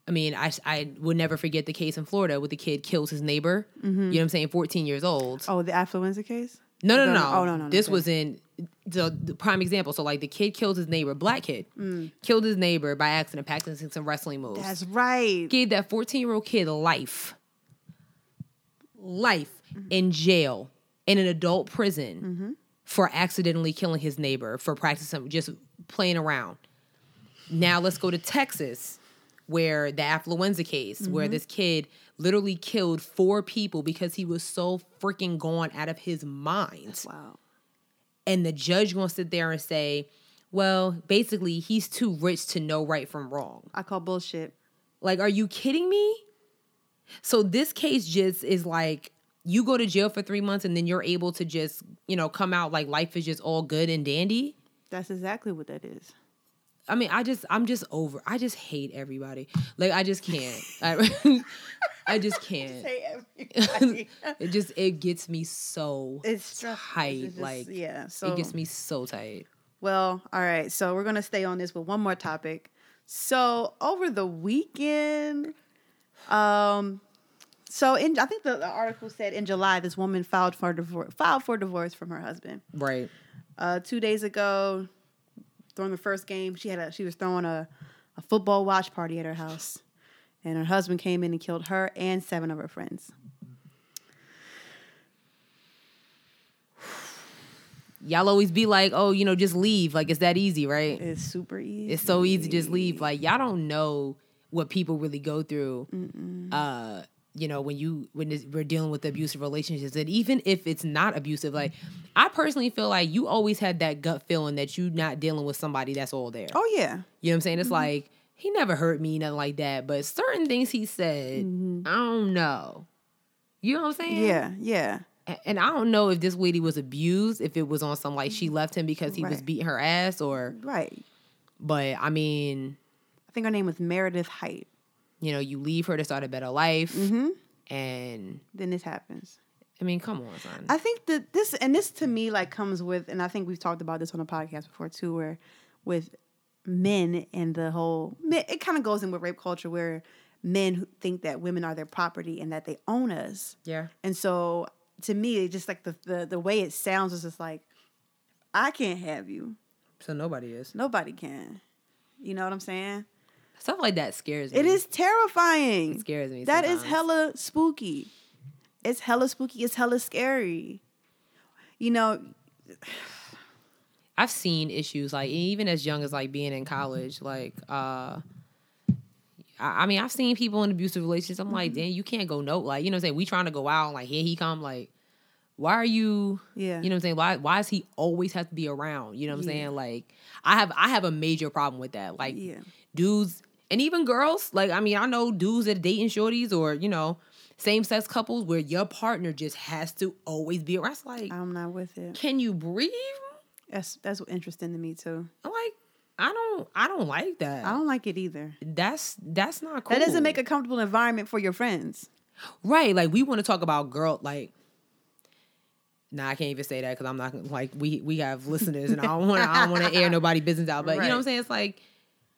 A: I mean, I, I would never forget the case in Florida where the kid kills his neighbor. You know what I'm saying? 14 years old.
B: oh, the affluenza case?
A: No, no, no,
B: No,
A: no.
B: no. Oh, no, no, no.
A: This
B: Okay.
A: was in the, the prime example. So, like, the kid killed his neighbor, black kid, killed his neighbor by accident, practicing some wrestling moves.
B: Mm. That's right.
A: Gave that 14 year old kid life. Life
B: Mm-hmm.
A: in jail, in an adult prison for accidentally killing his neighbor, for practicing, just playing around. Now, let's go to Texas, where the affluenza case, where
B: Mm-hmm.
A: this kid literally killed four people because he was so freaking gone out of his mind
B: Wow.
A: and the judge gonna sit there and say, well, basically he's too rich to know right from wrong.
B: I call bullshit.
A: Like, are you kidding me? So this case just is like you go to jail for three months and then you're able to just, you know, come out like life is just all good and dandy.
B: That's exactly what
A: *laughs*
B: that is.
A: I mean, I just, I'm just over. I just hate everybody. Like, I just
B: *laughs*
A: can't. I, *laughs* I just can't. *laughs* it just, it gets me so
B: It's stressful.
A: tight.
B: It's just-
A: like,
B: yeah, so-
A: it gets me so tight.
B: Well, all right. So we're going to stay on this with one more topic. So over the weekend, um, so in I think the, the article said in July this woman filed for divorce filed for divorce from her husband.
A: Right.
B: Uh, two days ago, during the first game, she had a she was throwing a, a football watch party at her house, and her husband came in and killed her and seven of her friends.
A: y'all always be like, oh, you know, just leave. Like it's that easy, right?
B: It's super easy.
A: It's so easy, just leave. Like y'all don't know what people really go through. Uh, you know, when you when this, we're dealing with abusive relationships, and even if it's not abusive, like I personally feel like you always had that gut feeling that you're not dealing with somebody that's all there.
B: Oh yeah,
A: You know what I'm saying? It's like he never hurt me, nothing like that. But
B: Mm-hmm.
A: certain things he said, I don't know. You know what I'm saying?
B: yeah, yeah.
A: and I don't know if this lady was abused, if it was on some like she left him because he was
B: Right.
A: beating her ass or
B: Right.
A: but I mean,
B: I think her name was Meredith Height.
A: you know, you leave her to start a better life
B: Mm-hmm.
A: and
B: Then this happens.
A: I mean, come on, son.
B: I think that this and this to me like comes with, and I think we've talked about this on the podcast before too, where with men and the whole men, it kind of goes in with rape culture where men who think that women are their property and that they own us,
A: yeah.
B: and so to me, it just like the the, the way it sounds is just like I can't have you,
A: So nobody is.
B: nobody can, you know what I'm saying?
A: Stuff like that scares me.
B: It is terrifying.
A: It scares me.
B: That is
A: sometimes.
B: hella spooky. It's hella spooky. It's hella scary. You know,
A: I've seen issues like e, even as young as like being in college, like uh I I mean, I've seen people in abusive relationships. I'm
B: Mm-hmm.
A: like, damn, you can't go no. Like, you know what I'm saying? We trying to go out and like here he come. Like, why are you
B: yeah.
A: You know what I'm saying? Why why does he always have to be around? You know what I'm
B: Yeah.
A: saying? Like I have I have a major problem with that. Like
B: Yeah.
A: dudes and even girls, like I mean, I know dudes that are dating shorties or, you know, same sex couples where your partner just has to always be around. It's like,
B: I'm not with it.
A: can you breathe?
B: That's that's interesting to me too.
A: I'm like, I don't I don't like that.
B: I don't like it either.
A: that's that's not cool.
B: That doesn't make a comfortable environment for your friends.
A: Right. Like we want to talk about girl like Nah, I can't even say that because I'm not gonna- like we we
B: *laughs*
A: have listeners and I don't want to I don't want to air nobody business out. But you know what I'm
B: Right.
A: saying? It's like,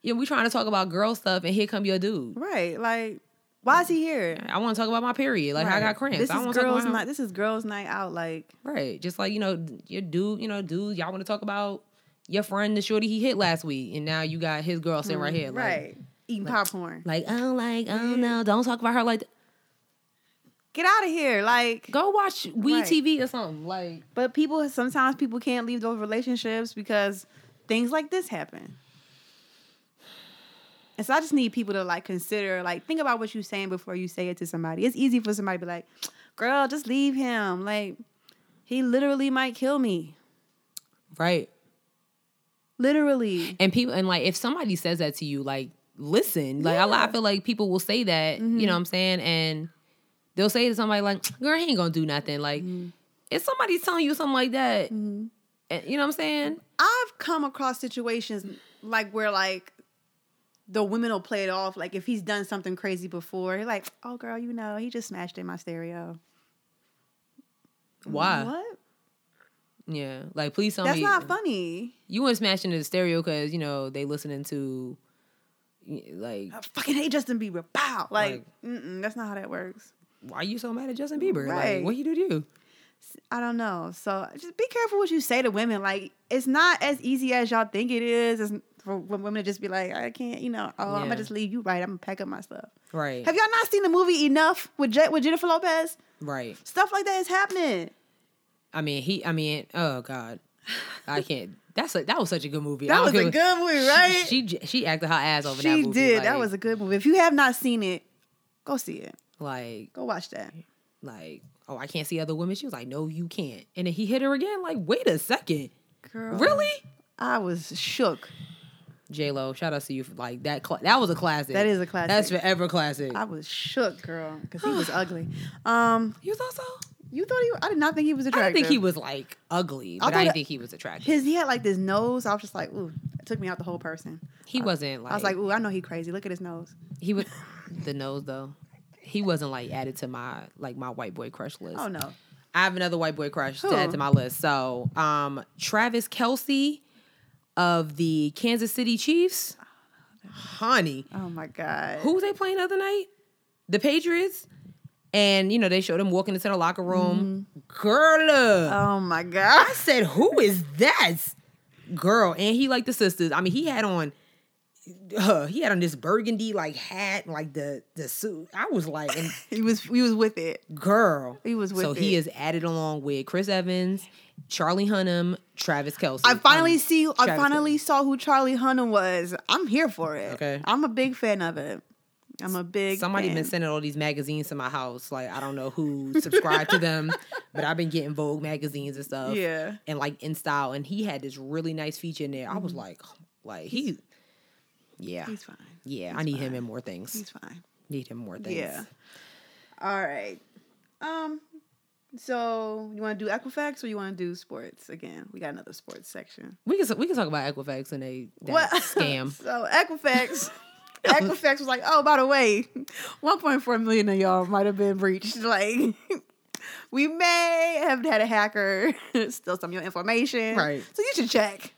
A: you know, we trying to talk about girl stuff and here come your dude.
B: Right. Like, why is he here?
A: I want to talk about my period. Like I
B: Right.
A: got cramps.
B: This
A: I don't
B: is
A: want to talk
B: girls
A: about
B: night. This is girls' night out. Like,
A: right. Just like you know your dude. You know dude. Y'all want to talk about your friend the shorty he hit last week and now you got his girl sitting right here. Like,
B: Mm, right. Eating popcorn.
A: Like oh like oh no don't talk about her like th-
B: Get out of here. Like,
A: go watch We
B: Right.
A: TV or something like
B: but people sometimes people can't leave those relationships because things like this happen. And so I just need people to like consider, like, think about what you're saying before you say it to somebody. It's easy for somebody to be like, girl, just leave him. Like, he literally might kill me.
A: right
B: Literally.
A: and people and like if somebody says that to you like listen like a lot, i feel like people will say that
B: Mm-hmm.
A: you know what i'm saying and they'll say to somebody like girl he ain't gonna do nothing like
B: Mm-hmm.
A: if somebody's telling you something like that and- you know what i'm saying
B: I've come across situations like where like the women will play it off. Like if he's done something crazy before, you're like, oh girl, you know, he just smashed in my stereo.
A: why
B: What?
A: yeah like please tell
B: That's
A: me
B: not funny.
A: you weren't smashing the stereo because you know they listening to y- like
B: I fucking hate Justin Bieber. Pow! Like,
A: Like-
B: mm-mm, that's not how that works.
A: why you so mad at justin bieber
B: Right.
A: like what he do to you
B: I don't know. So just be careful what you say to women. Like, it's not as easy as y'all think it is. It's for when women to just be like, I can't, you know, oh, I'm
A: Yeah.
B: gonna just leave you right. I'm gonna pack up my stuff.
A: right
B: Have y'all not seen the movie Enough with Je- with Jennifer Lopez?
A: right
B: Stuff like that is happening.
A: i mean he i mean oh god i can't that's a, that was such a good movie I
B: That
A: don't
B: was
A: give
B: a good movie, right?
A: She j- she acted her ass over in that
B: She
A: movie.
B: did.
A: Like,
B: that was a good movie. If you have not seen it, go see it.
A: like
B: Go watch that.
A: like oh I can't see other women. She was like no you can't. And then he hit her again. Like wait a second,
B: Girl,
A: really?
B: I was shook.
A: J Lo, shout out to you for like that. Cl- that was a classic.
B: That is a classic.
A: That's forever classic.
B: I was shook, girl, because he was
A: *gasps*
B: ugly. Um,
A: you thought so?
B: you thought he? I did not think he was
A: I
B: attractive.
A: didn't think he was like ugly, but I,
B: thought
A: didn't
B: it-
A: think he was attractive.
B: His he had like this nose. I was just like, ooh, it took me out the whole person.
A: he wasn't like
B: I was like, ooh, I know he crazy. Look at his nose.
A: he
B: *laughs*
A: was the nose though. He wasn't like added to my like my white boy crush list.
B: Oh no,
A: I have another white boy crush to add
B: Who?
A: to my list. So, um, Travis Kelsey of the Kansas City Chiefs. Honey,
B: oh my god.
A: who was they playing the other night? The Patriots. And you know they showed him walking into the locker room. Girl, uh,
B: Oh my god.
A: *laughs* I said, "Who is that?" Girl, and he like the sisters. I mean, he had on, uh, he had on this burgundy like hat, and, like the the suit. I was like, and
B: He was he was with it.
A: girl.
B: He was with
A: so he
B: it.
A: is added along with Chris Evans, Charlie Hunnam, Travis Kelsey.
B: I finally
A: Um,
B: see. I
A: Travis
B: finally saw who Charlie Hunnam was. I'm here for it.
A: Okay.
B: I'm a big fan of it. I'm a big.
A: somebody
B: fan.
A: been sending all these magazines to my house. Like I don't know who
B: *laughs*
A: subscribed to them, but I've been getting Vogue magazines and stuff.
B: Yeah.
A: and like in style. And he had this really nice feature in there. I was like, like he, yeah,
B: Mm-hmm. He's fine.
A: yeah. I need him in more things.
B: He's fine.
A: Need him more things.
B: Yeah. All right. Um, So you want to do Equifax or you want to do sports again? We got another sports section.
A: We can we can talk about Equifax and they that
B: *laughs*
A: scam.
B: so Equifax. *laughs* Equifax was like, oh, by the way, 1.4 million of y'all might have been breached. *laughs* Like, we may have had a hacker *laughs* steal some of your information.
A: Right.
B: So you should check.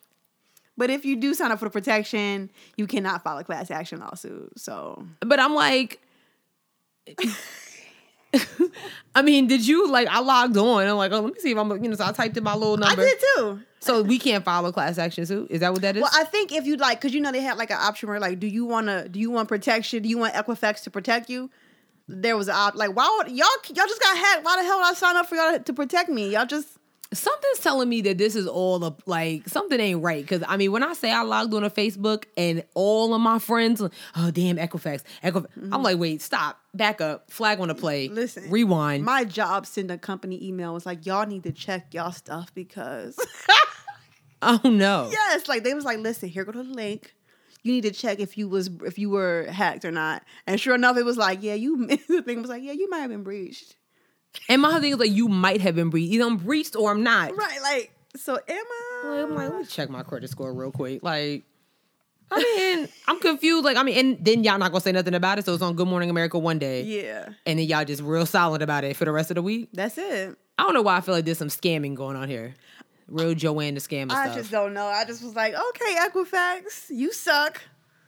B: But if you do sign up for the protection, you cannot file a class action lawsuit. So
A: But I'm like, *laughs* I mean, did you like? I logged on. I'm like, oh, let me see if I'm you know. So I typed in my little number.
B: I did too.
A: So we can't file a class action suit. Is that what that is?
B: Well, I think if you like, because you know they had like an option where like, do you want to, do you want protection? Do you want Equifax to protect you? There was an op like, why would y'all y'all just got hacked? Why the hell would I sign up for y'all to protect me? Y'all just
A: Something's telling me that this is all a, like something ain't right. Because I mean, when I say I logged on to Facebook and all of my friends, oh damn, Equifax, Equifax. I'm like, wait, stop, back up, flag on the play,
B: Listen,
A: rewind.
B: my job sent a company email was like, y'all need to check y'all stuff
A: *laughs*
B: because
A: *laughs*
B: *laughs*
A: oh no,
B: yes, like they was like, listen, here go to the link. You need to check if you was if you were hacked or not. And sure enough, it was like, yeah, you. *laughs* The thing was like, yeah, you might have been breached.
A: and my whole thing is like, you might have been breached. Either I'm breached or I'm not.
B: Right, like so, Emma.
A: I'm like, let me check my credit score real quick. Like,
B: *laughs*
A: I mean, I'm confused. Like, I mean, and then y'all not gonna say nothing about it. So it's on Good Morning America one day,
B: Yeah,
A: and then y'all just real silent about it for the rest of the week.
B: that's it.
A: I don't know why I feel like there's some scamming going on here. Real Joanne the scammer
B: I
A: stuff.
B: just don't know. I just was like, okay, Equifax, you suck.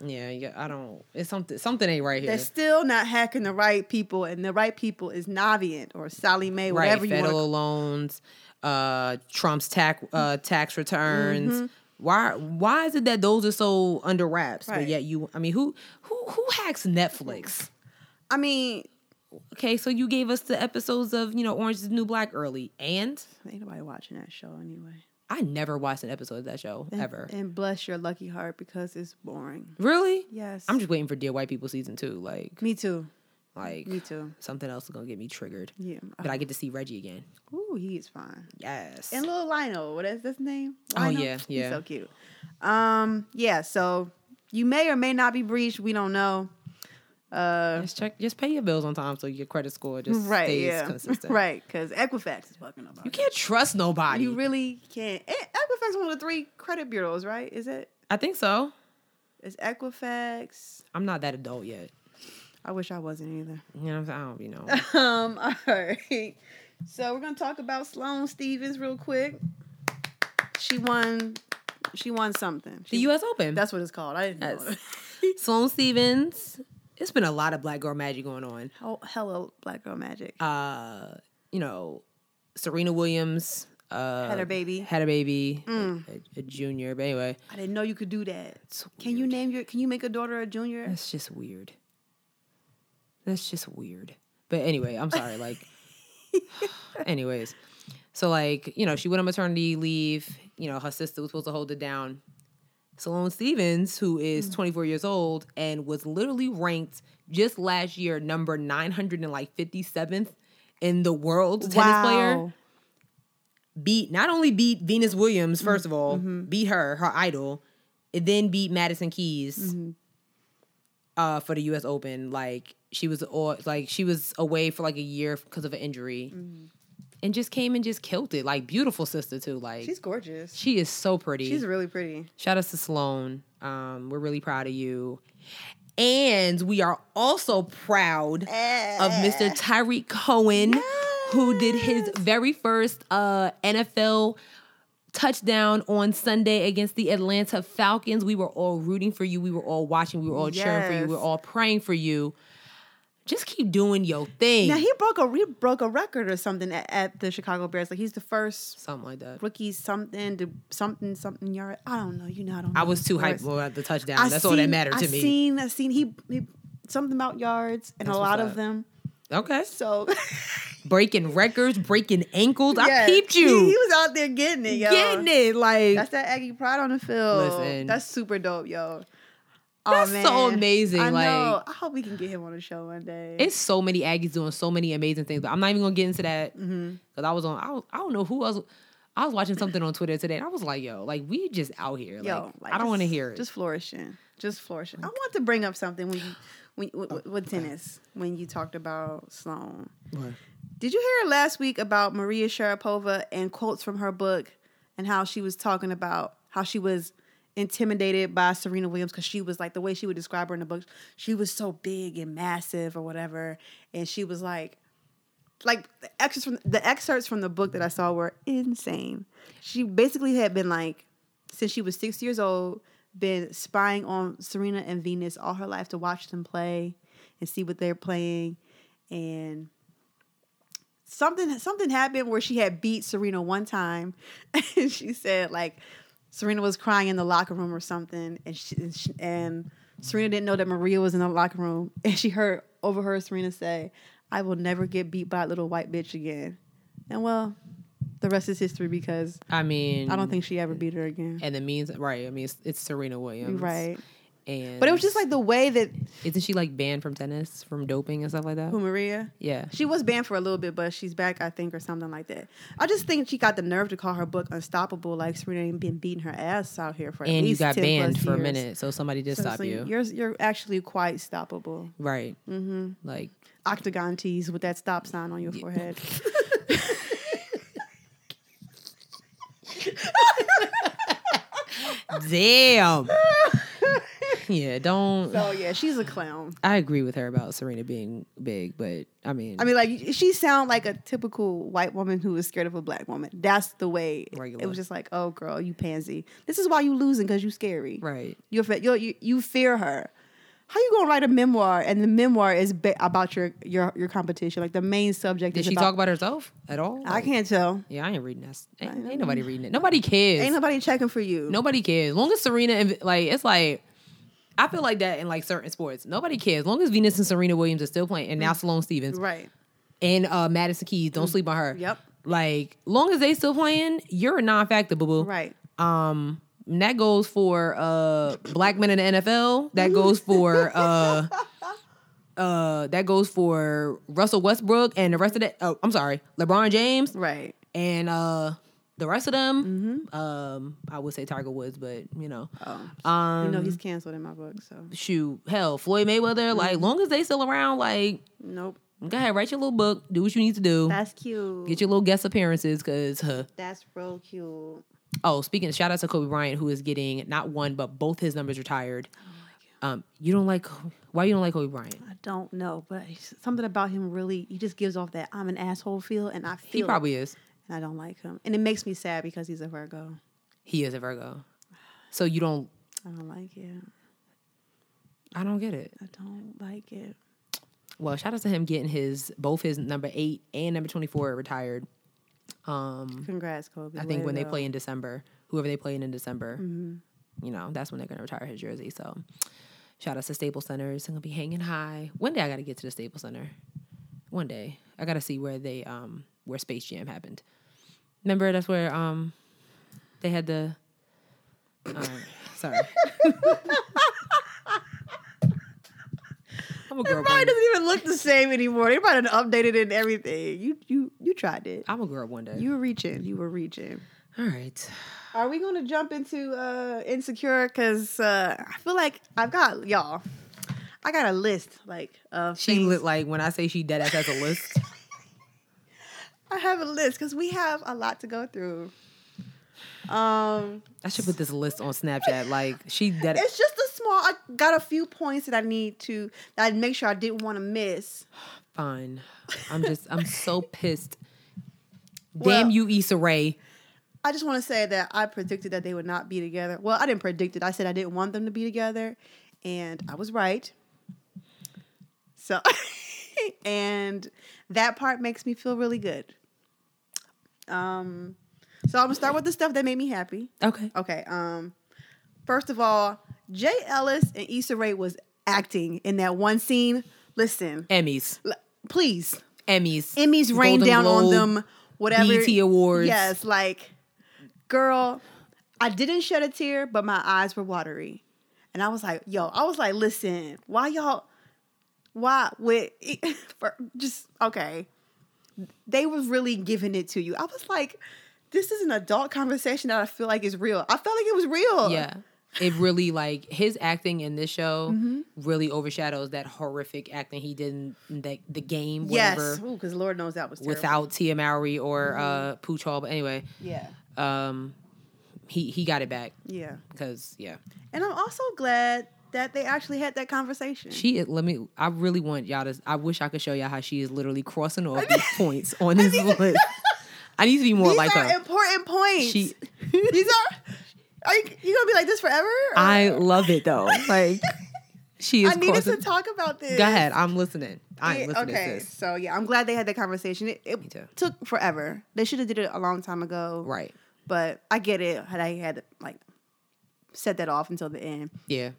A: yeah, yeah, I don't. It's something. Something ain't right here.
B: They're still not hacking the right people, and the right people is Navient or Sally Mae,
A: right.
B: whatever you
A: Federal
B: want.
A: loans, uh, Trump's tax uh, tax returns.
B: Mm-hmm.
A: Why? Why is it that those are so under wraps? But
B: Right.
A: yet you. I mean, who who who hacks Netflix?
B: I mean,
A: Okay, so you gave us the episodes of you know Orange is the New Black early, and
B: ain't nobody watching that show anyway.
A: I never watched an episode of that show
B: And-
A: ever.
B: And bless your lucky heart because it's boring.
A: Really?
B: Yes.
A: I'm just waiting for Dear White People season two. Like,
B: Me too.
A: like
B: Me Uh-huh. too.
A: something else is gonna get me triggered.
B: Yeah.
A: But I get to see Reggie again.
B: Ooh, he is fine.
A: Yes.
B: And little Lionel, what is his name?
A: Oh,
B: Lionel?
A: yeah, yeah.
B: He's so cute. Um, yeah. So you may or may not be breached. We don't know. Uh,
A: just check, just pay your bills on time so your credit score just
B: right.
A: stays
B: Yeah. *laughs*
A: consistent.
B: right. Because Equifax is fucking up.
A: You can't trust nobody.
B: You really can't. Eh, Equifax is one of the three credit bureaus, right? Is it?
A: I think so.
B: It's Equifax.
A: I'm not that adult yet.
B: I wish I wasn't either.
A: You know, what I'm saying? I don't, you know.
B: *laughs* Um, all right. So we're gonna talk about Sloane Stevens real quick. She won. She won something.
A: the
B: She-
A: U.S. Open.
B: That's what it's called. I didn't know. *laughs*
A: Yes. Sloane Stevens. It's been a lot of black girl magic going on.
B: Hell, hello, Black Girl Magic.
A: uh, you know, Serena Williams uh,
B: Had her baby. Mm.
A: had a baby, a, a junior. But anyway,
B: I didn't know you could do that.
A: it's
B: Can you
A: weird.
B: name your? Can you make a daughter a junior?
A: That's just weird. That's just weird. But anyway, I'm
B: *laughs*
A: sorry. Like, anyways, so like you know, she went on maternity leave. You know, her sister was supposed to hold it down. Sloane Stevens, who is
B: Mm.
A: 24 years old and was literally ranked just last year number 957th in the world tennis player. beat not only beat Venus Williams
B: Mm-hmm.
A: first of all, beat her her idol, and then beat Madison Keys
B: Mm-hmm.
A: uh, for the U.S. Open. Like she was or, like she was away for like a year because of an injury,
B: Mm-hmm.
A: and just came and just killed it. Like beautiful sister too. Like
B: She's gorgeous.
A: she is so pretty.
B: She's really pretty.
A: Shout outs to Sloan. Um, we're really proud of you. And we are also proud of Mr. Tyreek Cohen, who did his very first uh, NFL touchdown on Sunday against the Atlanta Falcons. We were all rooting for you. We were all watching. We were all cheering for you. We were
B: Yes.
A: all praying for you. Just keep doing your thing.
B: Now he broke a he broke a record or something at, at the Chicago Bears. Like he's the first
A: Something like that.
B: rookie something to something something yard. I don't know. You know I don't.
A: I
B: know
A: was too
B: sports.
A: hyped about the touchdown.
B: I
A: That's all that
B: seen-
A: mattered to
B: I
A: me.
B: Seen I seen he, he something about yards and
A: That's
B: a lot
A: what's up.
B: of them.
A: okay.
B: So *laughs*
A: breaking records, breaking ankles. I
B: yes.
A: peeped
B: He, he
A: you
B: was out there getting it, *laughs* yo.
A: getting it. Like
B: That's
A: that's,
B: that Aggie pride on the field.
A: Listen.
B: That's super dope, yo.
A: so
B: man.
A: amazing.
B: I
A: like
B: know. I hope we can get him on the show one day.
A: it's so many Aggies doing so many amazing things. But I'm not even gonna get into that because
B: Mm-hmm.
A: I was on. I, was, I don't know who else. I was watching something on Twitter today, and I was like, "Yo, like we just out here. Like,
B: yo, like,
A: I don't want to
B: just-
A: hear it.
B: Just flourishing. Just flourishing. I want to
A: Oh,
B: bring up something when you when with, with tennis when you talked about Sloan. Did you hear last week about Maria Sharapova and quotes from her book and how she was talking about how she was intimidated by Serena Williams because she was like the way she would describe her in the book, she was so big and massive or whatever, and she was like, like the excerpts from the excerpts from the book that I saw were insane. She basically had been like since she was six years old, been spying on Serena and Venus all her life to watch them play and see what they're playing, and something something happened where she had beat Serena one time, *laughs* and she said like Serena was crying in the locker room or something, and she, and, she, and Serena didn't know that Maria was in the locker room, *laughs* and she heard overheard Serena say, "I will never get beat by a little white bitch again," and well, the rest is history because
A: I mean,
B: I don't think she ever beat her again.
A: and the means right. I mean, it's, it's Serena Williams,
B: Right,
A: And
B: but it was just like the way that
A: isn't she like banned from tennis from doping and stuff like that?
B: who Maria.
A: Yeah,
B: She was banned for a little bit, but she's back, I think, or something like that. I just think she got the nerve to call her book unstoppable, like Serena ain't been beating her ass out here for at
A: and you
B: least
A: got
B: 10 plus
A: banned for a
B: years.
A: minute, so somebody did
B: So,
A: stop
B: so
A: you,
B: You're you're actually quite stoppable.
A: right? Mm-hmm. Like
B: Octagon tees with that stop sign on
A: *laughs*
B: your forehead. *laughs*
A: Damn. yeah, don't.
B: so Oh, yeah, she's a clown.
A: I agree with her about Serena being big, but I mean,
B: I mean, like she sound like a typical white woman who is scared of a black woman. That's the way it
A: Regular.
B: was. Just like, oh girl, you pansy. This is why you losing because you scary.
A: right?
B: You're, fe- you're, you you fear her. How you gonna write a memoir and the memoir is ba- about your your your competition? Like the main subject.
A: Did
B: is
A: she
B: about,
A: talk about herself at all?
B: I
A: Like,
B: can't tell.
A: Yeah, I ain't reading that. Ain't, ain't nobody reading it. Nobody cares.
B: Ain't nobody checking for you.
A: Nobody cares. As long as Serena and like it's like I feel like that in like certain sports. Nobody cares. As long as Venus and Serena Williams are still playing and now Sloane Stevens
B: Mm. Right. Mm.
A: and uh Madison Keys, don't sleep on her.
B: Yep.
A: Like long as they still playing, you're a non factor, boo boo.
B: Right.
A: Um and that goes for uh black men in the NFL. That goes
B: *laughs*
A: for uh uh that goes for Russell Westbrook and the rest of that oh I'm sorry, LeBron James
B: Right.
A: and uh the rest of them
B: Mm-hmm.
A: um i would say tiger woods but you know
B: Oh,
A: um,
B: you know he's canceled in my book. So
A: shoot hell floyd mayweather
B: Mm-hmm.
A: like long as they still around like
B: nope.
A: go ahead write your little book do what you need to do
B: That's cute.
A: get your little guest appearances because huh.
B: That's real cute.
A: oh speaking shout out to kobe bryant who is getting not one but both his numbers retired um you don't like why you don't like kobe bryant
B: Oh I don't know, but he's- something about him really, he just gives off that I'm an asshole feel, and I feel
A: he
B: it,
A: probably is
B: and I don't like him, and it makes me sad because he's a Virgo.
A: he is a virgo so you don't
B: I don't like it.
A: i don't get it
B: I don't like it.
A: well shout out to him getting his both his number eight and number 24 retired um
B: Congrats, Kobe.
A: I
B: Way
A: think
B: to
A: when they
B: go.
A: play in December, whoever they play in in December, you know, that's when they're going to retire his jersey. So shout out to Staples Center. It's going to be hanging high. One day I got to get to the Staples Center. One day. I got to see where they um where Space Jam happened. Remember that's where um they had the uh, sorry. *laughs* I'm a girl
B: Probably
A: one.
B: doesn't even look *laughs* the same anymore. They probably done updated it and everything. You you you tried it.
A: I'm a girl one day.
B: You were reaching. You were reaching.
A: All right.
B: Are we going to jump into uh insecure? Cause uh, I feel like I've got y'all. I got a list like of
A: She
B: things.
A: lit like when I say she dead ass has a list.
B: I have a list because we have a lot to go through. Um,
A: I should put this list on Snapchat. Like she dead.
B: it's just a small. I got a few points that I need to that I make sure I didn't want to miss.
A: Fine. I'm just. I'm so pissed.
B: Well-
A: Damn you, Issa Rae.
B: I just want to say that I predicted that they would not be together. Well, I didn't predict it. I said I didn't want them to be together, and I was right. So, *laughs* and that part makes me feel really good. Um, so I'm gonna start with the stuff that made me happy.
A: Okay.
B: Okay. Um, first of all, Jay Ellis and Issa Rae was acting in that one scene. Listen,
A: Emmys.
B: l- please,
A: Emmys.
B: Emmys rain
A: Golden
B: down on
A: Globe.
B: them. Whatever.
A: BET Awards.
B: Yes, like, girl, I didn't shed a tear, but my eyes were watery, and I was like, yo, I was like, listen, why y'all, why with, *laughs* for, just okay. They was really giving it to you. I was like, this is an adult conversation that I feel like is real. I felt like it was real.
A: Yeah. It really like his acting in this show
B: Mm-hmm.
A: really overshadows that horrific acting he did in that the game, whatever,
B: Yes, Mm-hmm. because Lord knows that was terrible.
A: without Tia Mowry or uh Pooch Hall. But anyway,
B: yeah,
A: um, he he got it back
B: yeah.
A: because yeah,
B: And I'm also glad that they actually had that conversation.
A: she. is- Let me. I really want y'all to. I wish I could show y'all how she is literally crossing off these
B: *laughs*
A: points on this *laughs* list. I need to be more
B: These
A: like
B: are
A: her.
B: important points.
A: She.
B: These are. Are you, you gonna be like this forever? or-
A: I love it
B: *laughs*
A: though. Like she is.
B: I needed
A: crossing-
B: to talk about this.
A: Go ahead. I'm listening. I'm
B: Yeah,
A: listening
B: okay,
A: to this.
B: so yeah, I'm glad they had that conversation. It, it
A: too.
B: took forever. They should have did it a long time ago.
A: Right.
B: But I get it. Had I had like set that off until the end,
A: Yeah.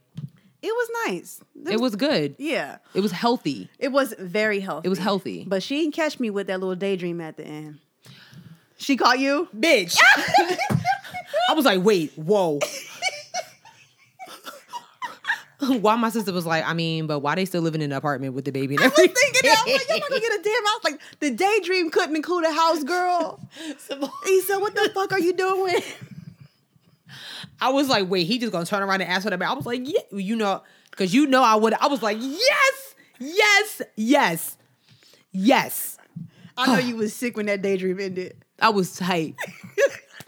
B: it was nice.
A: It was good.
B: yeah.
A: It was
B: *laughs*
A: healthy.
B: It was very healthy.
A: It was healthy.
B: But she didn't catch me with that little daydream at the end. She caught you. *laughs*
A: Bitch. I was like, wait, whoa. *laughs* why my sister was like, I mean, but why they still living in an apartment with the baby and
B: I was
A: everything?
B: thinking that. I'm like, you're not gonna get a damn house. Like the daydream couldn't include a
A: *laughs*
B: house, girl. Issa, what the fuck are you doing?
A: I was like, wait, he just gonna turn around and ask for the baby. I was like, yeah, you know, because you know I would. I was like, yes, yes, yes, yes.
B: I know you was sick when that daydream ended.
A: I was
B: *laughs*
A: tight.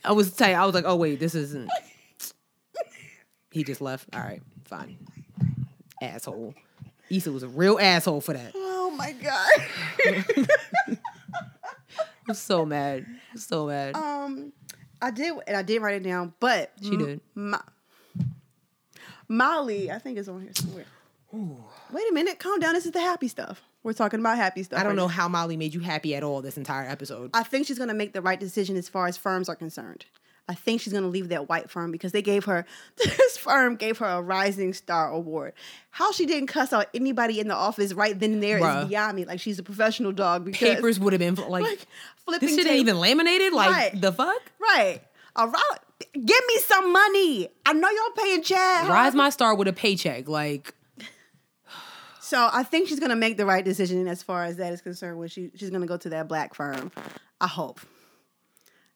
A: I was tight. I was like, oh wait, this isn't. He just left. All right, fine. Asshole. Issa was a real asshole for that. I
B: Oh my god.
A: was so mad. I was so mad.
B: um, I did, and I did write it down, but
A: She did.
B: My, Molly, I think it's on here somewhere. Wait a minute, calm down. This is the happy stuff. We're talking about happy stuff.
A: I don't
B: right
A: know
B: now.
A: how Molly made you happy at all this entire episode.
B: I think she's gonna make the right decision as far as firms are concerned. I think she's gonna leave that white firm because they gave her *laughs* this firm gave her a rising star award. How she didn't cuss out anybody in the office right then and there is
A: Bruh.
B: beyond me. Like she's a professional dog. Because,
A: Papers would have been like,
B: like flipping
A: this shit
B: tape.
A: ain't even laminated. Like
B: Right.
A: the fuck.
B: Right. All right. Give me some money. I know y'all paying Chad.
A: Rise my star with a paycheck. Like
B: So I think she's gonna make the right decision as far as that is concerned. When she she's gonna go to that black firm, I hope.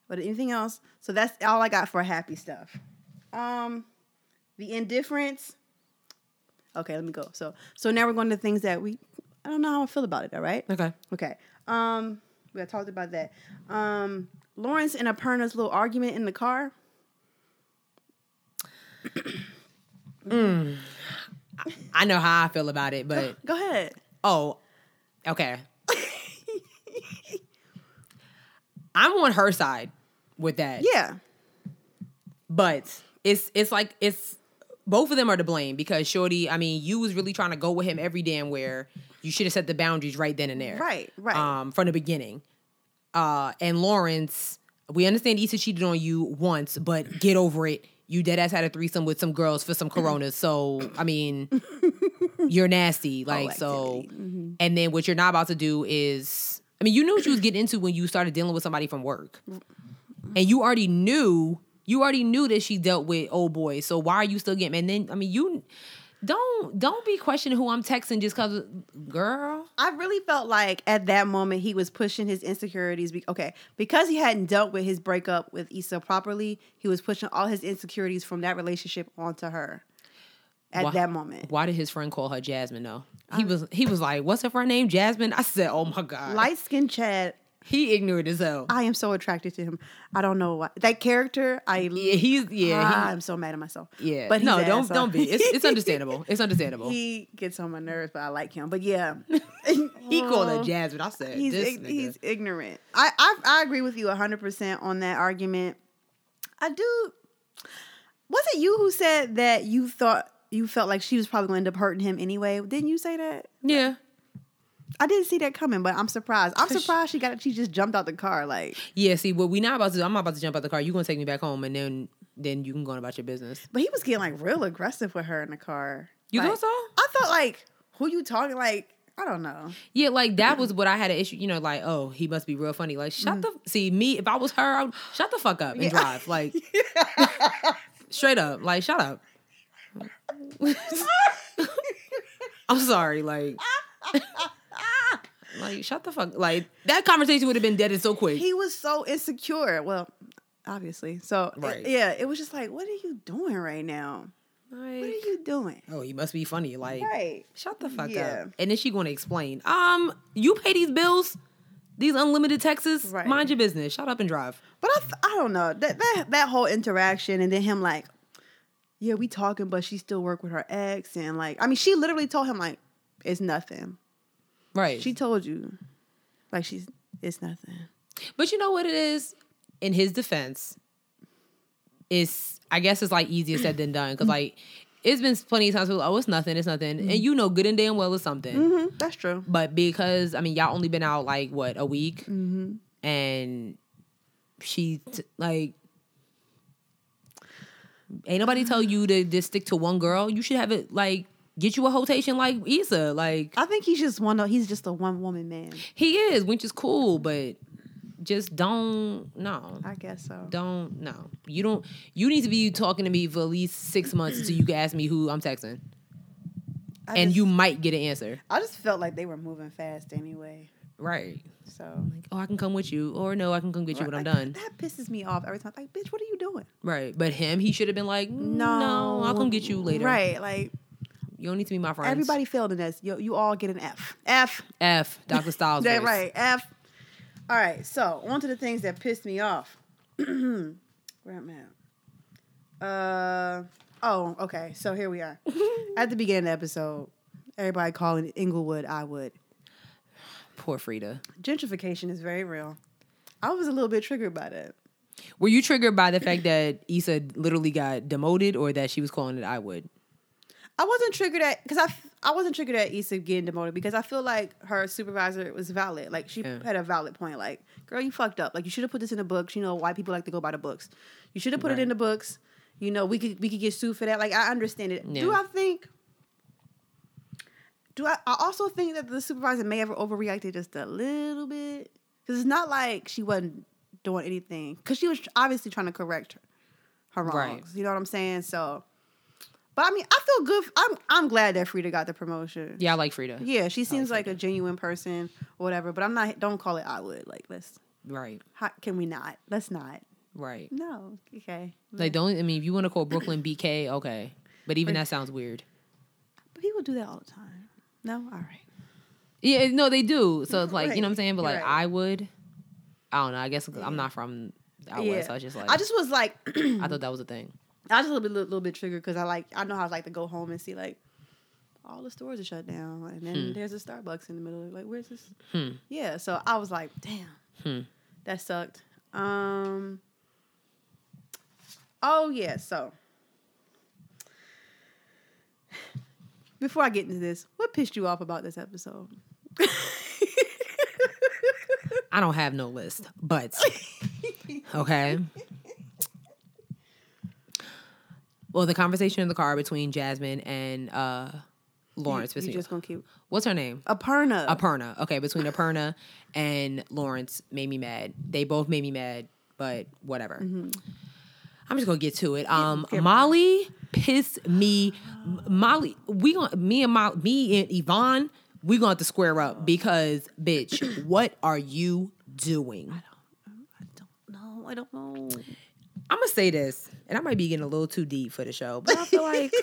B: But anything else? So that's all I got for happy stuff. Um, the indifference. Okay, let me go. So so now we're going to things that we. I don't know how I feel about it. All right.
A: okay.
B: Okay. Um, we had talked about that. Um, Lawrence and Aparna's little argument in the car.
A: I know how I feel about it,
B: *gasps*
A: but
B: Go ahead.
A: Oh, okay. I'm on her side with that.
B: Yeah.
A: But it's it's like it's both of them are to blame because Shorty, I mean, you was really trying to go with him every damn where. You should have set the boundaries right then and there.
B: Right, right.
A: Um, from the beginning. Uh, and Lawrence, we understand Issa cheated on you once, but get over it. You dead ass had a threesome with some girls for some coronas. So, I
B: *laughs*
A: mean, you're nasty. Like, so,
B: Mm-hmm.
A: and then what you're not about to do is, I mean, you knew what you was getting into when you started dealing with somebody from work and you already knew you already knew that she dealt with old boys so why are you still getting and then i mean you don't don't be questioning who i'm texting just because girl
B: I really felt like at that moment he was pushing his insecurities. Be- okay, because he hadn't dealt with his breakup with Issa properly, he was pushing all his insecurities from that relationship onto her. At
A: Why-
B: that moment,
A: why did his friend call her jasmine though he was he was like what's her friend name jasmine i said oh my god
B: light skinned Chad,
A: he ignorant as hell
B: I am so attracted to him. I don't know why that character. I
A: yeah, he's
B: ah,
A: yeah
B: I'm so mad at myself.
A: he, yeah but
B: but he's
A: no
B: an
A: don't
B: asshole.
A: don't be it's,
B: *laughs*
A: it's understandable it's understandable he,
B: he gets on my nerves, but I like him.
A: *laughs*
B: But yeah,
A: called her jasmine i said
B: he's
A: this
B: ig-
A: nigga.
B: he's ignorant. I, I I agree with you hundred percent on that argument. I do. Was it you who said that you thought you felt like she was probably going to end up hurting him anyway? Didn't you say that?
A: yeah
B: I didn't see that coming, but I'm surprised. I'm
A: 'Cause she-
B: surprised she got she just jumped out the car like.
A: yeah see what we not about to do i'm not about to jump out the car you're gonna take me back home and then then you can go on about your business
B: But he was getting like real aggressive with her in the car.
A: you
B: like,
A: thought so
B: I thought like who you talking like I don't know.
A: Yeah, like that was what I had an issue. You know, like oh, he must be real funny. Like shut the see me. If I was her, I would shut the fuck up and
B: Mm. Yeah.
A: drive.
B: *laughs*
A: Like straight up, like shut up. I'm sorry, like. Like shut the fuck like that conversation would have been deaded so quick.
B: he was so insecure. Well, obviously. So it-
A: Right.
B: yeah, it was just like, what are you doing right now? What are you doing?
A: oh, he must be funny. Like,
B: Right.
A: shut the fuck
B: Yeah.
A: up. And then she going to explain. Um, you pay these bills, these unlimited texts.
B: Right.
A: Mind your business. Shut up and drive.
B: But I, f- I don't know that, that that whole interaction and then him like, yeah, we talking, but she still work with her ex and like, I mean, she literally told him like, it's nothing.
A: Right.
B: She told you, like she's it's nothing.
A: But you know what it is? In his defense, it's I guess it's like easier said than done because like it's been plenty of times people oh it's nothing it's nothing and you know good and damn well it's something
B: hmm that's true.
A: but because I mean y'all only been out like what a week and she t- like ain't nobody tell you to just stick to one girl you should have it like get you a rotation like Issa like
B: I think he's just one. of- He's just a one woman man.
A: he is which is cool but just don't no
B: I guess so.
A: Don't no. You don't. You need to be talking to me for at least six months until you can ask me who I'm texting,
B: I
A: and
B: just,
A: you might get an answer.
B: I just felt like they were moving fast anyway.
A: Right.
B: So
A: Like, oh, I can come with you, or no, I can come get you when I'm done.
B: That pisses me off every time. Like, bitch, what are you doing?
A: Right. But him, he should have been like, "Mm, no, no, I'll come get you later.
B: Right, like
A: You don't need to be my friend.
B: everybody failed in this. You, you all get an F. F.
A: F. Dr.
B: *laughs*
A: Styles.
B: That
A: verse.
B: right. F. All right. So on to the things that pissed me off. *clears throat* Where am I? at? Uh oh. Okay. So here we are. at the beginning of the episode, everybody calling Inglewood. I would.
A: Poor Frida.
B: Gentrification is very real. I was a little bit triggered by that.
A: Were you triggered by the fact that Issa literally got demoted, or that she was calling it I would?
B: I wasn't triggered at because I f- I wasn't triggered at Issa getting demoted because I feel like her supervisor was valid. Like she
A: Yeah.
B: had a valid point. Like, girl, you fucked up. Like you should have put this in the books. You know why people like to go by the books. You should have put it
A: Right.
B: in the books. You know we could we could get sued for that. Like I understand it. Do
A: Yeah.
B: I think? Do I? I also think that the supervisor may have overreacted just a little bit because it's not like she wasn't doing anything because she was obviously trying to correct her, her wrongs.
A: Right.
B: You know what I'm saying? So. But I mean, I feel good. I'm I'm glad that Frida got the promotion.
A: Yeah, I like Frida.
B: Yeah, she seems like a genuine person, or whatever. But I'm not. Don't call it. I would like. Let's.
A: Right.
B: How, can we not? Let's not.
A: Right.
B: No. Okay.
A: Like don't. I mean, if you want to call Brooklyn BK, okay. But even that sounds weird.
B: But people do that all the time. No. All right.
A: Yeah, no, they do. So it's like you
B: Right.
A: know what I'm saying, but like
B: Right.
A: I would. I don't know. I guess 'cause I'm not from out
B: Yeah.
A: west. So I was just like
B: I just was like, *clears throat* I
A: I thought that was a thing.
B: was a little bit little, little bit triggered because I like I know how it's like to go home and see like all the stores are shut down and then there's a Starbucks in the middle. Like where's this?
A: Hmm.
B: Yeah. So I was like, damn.
A: Hmm.
B: That sucked. Um. Oh yeah. So before I get into this, what pissed you off about this episode?
A: I don't have no list,
B: *laughs*
A: but okay. Well, the conversation in the car between Jasmine and uh Lawrence.
B: you, you
A: Fitzgerald.
B: just gonna keep
A: What's her name?
B: Aparna.
A: Aperna. Okay, between Aperna and Lawrence made me mad. They both made me mad, but whatever. I'm just gonna Mm-hmm. get to it. Um,
B: okay.
A: Molly pissed me. M- Molly, we gonna me and Molly, me and Yvonne, we gonna have to square up because, *clears throat* bitch, what are you doing?
B: I don't know. I don't know.
A: I'm gonna say this, and I might be getting a little too deep for the show, but I *laughs* feel like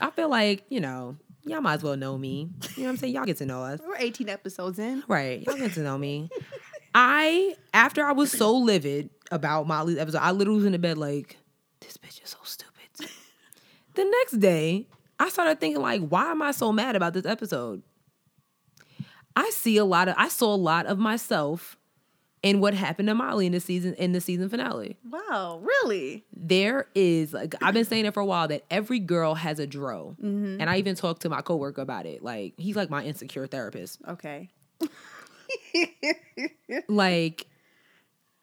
A: I feel like you know y'all might as well know me. You know what I'm saying? Y'all get to know us.
B: We're 18 episodes in.
A: Right. Y'all get to know me. I after I was so livid about Molly's episode, I literally was in the bed like, this bitch is so stupid. the next day, I started thinking like, why am I so mad about this episode? I see a lot of I saw a lot of myself in what happened to Molly in the season in the season finale.
B: Wow, really?
A: There is like I've been saying it for a while that every girl has a dro. And I even talked to my coworker about it. Like he's like my insecure therapist.
B: Okay.
A: *laughs* like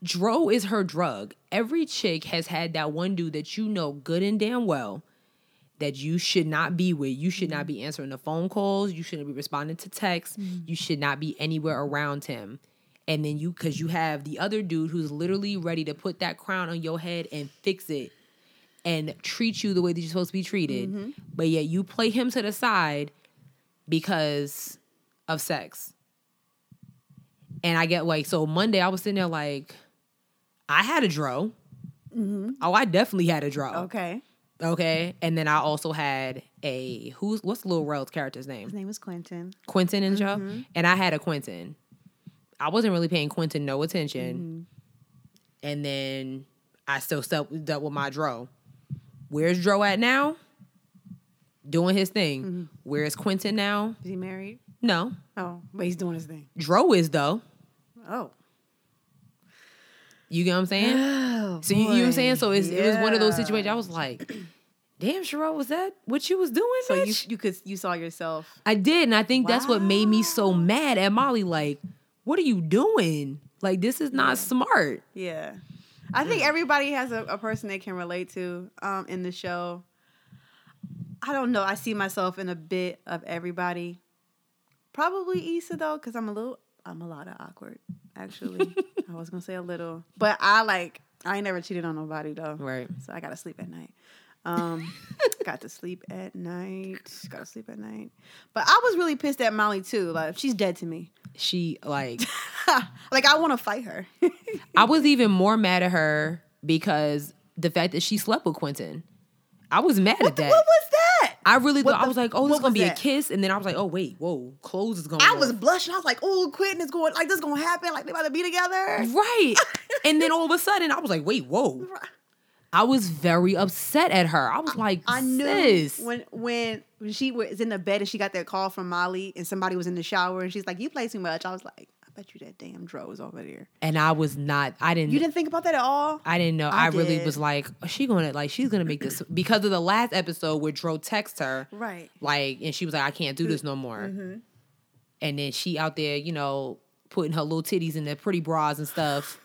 A: dro is her drug every chick has had that one dude that you know good and damn well that you should not be with you should not be answering the phone calls you shouldn't be responding to texts you should not be anywhere around him and then you because you have the other dude who's literally ready to put that crown on your head and fix it and treat you the way that you're supposed to be treated but yet you play him to the side because of sex and I get like, so Monday I was sitting there like, I had a dro. Oh, I definitely had a dro.
B: Okay.
A: Okay. And then I also had a who's what's Lil Rel's character's
B: His
A: name?
B: name was Quentin.
A: Quentin and Joe.
B: Mm-hmm.
A: And I had a Quentin. I wasn't really paying Quentin no attention.
B: Mm-hmm.
A: And then I still stuck up with my Dro. Where's Dro at now? Doing his thing.
B: Mm-hmm.
A: Where is Quentin now?
B: Is he married?
A: No.
B: Oh, but he's doing his thing.
A: Dro is though.
B: Oh.
A: You get what I'm saying?
B: *gasps* Oh.
A: So you, you know what I'm saying?
B: boy.
A: So it's, it was one of those
B: Yeah.
A: situations I was like, damn, Sherelle, was that what you was doing?
B: So you
A: bitch?"
B: you could you saw yourself.
A: I did, and I think that's what made me so mad at Molly. Like, what are you doing? Like, this is not smart.
B: Yeah. I think everybody has a, a person they can relate to um, in the show. I don't know. I see myself in a bit of everybody. Probably Issa though, because I'm a little, I'm a lot of awkward. *laughs* Actually, I was gonna say a little, but I like, I ain't never cheated on nobody though.
A: Right.
B: So I gotta sleep at night. Um, *laughs* got to sleep at night. Got to sleep at night. But I was really pissed at Molly too. Like she's dead to me. *laughs*
A: She like,
B: like I want to fight her. *laughs*
A: I was even more mad at her because the fact that she slept with Quentin. I was mad at that.
B: What was that?
A: I really
B: what
A: thought I
B: the-
A: was like, oh,
B: what
A: this is gonna
B: was
A: be
B: that?
A: a kiss, and then I was like, oh wait, whoa, clothes is gonna.
B: I was blushing. I was like, "Oh, quitting is going like this going to happen. Like they about to be together."
A: *laughs* right, and then all of a sudden I was like, wait, whoa. I was very upset at her. I was like,
B: I knew
A: sis.
B: when when she was in the bed and she got that call from Molly and somebody was in the shower and she's like, "You play too much." I was like, "I bet you that damn dro is over there."
A: and I was not. I didn't.
B: You didn't think about that at all.
A: I didn't know. I,
B: I
A: really
B: did.
A: was like, "Oh, she gonna like she's gonna make this because of the last episode where Dro texts her
B: Right. Mm-hmm.
A: like, and she was like, I can't do this no more. And then she out there, you know, putting her little titties in their pretty bras and
B: *laughs*
A: stuff.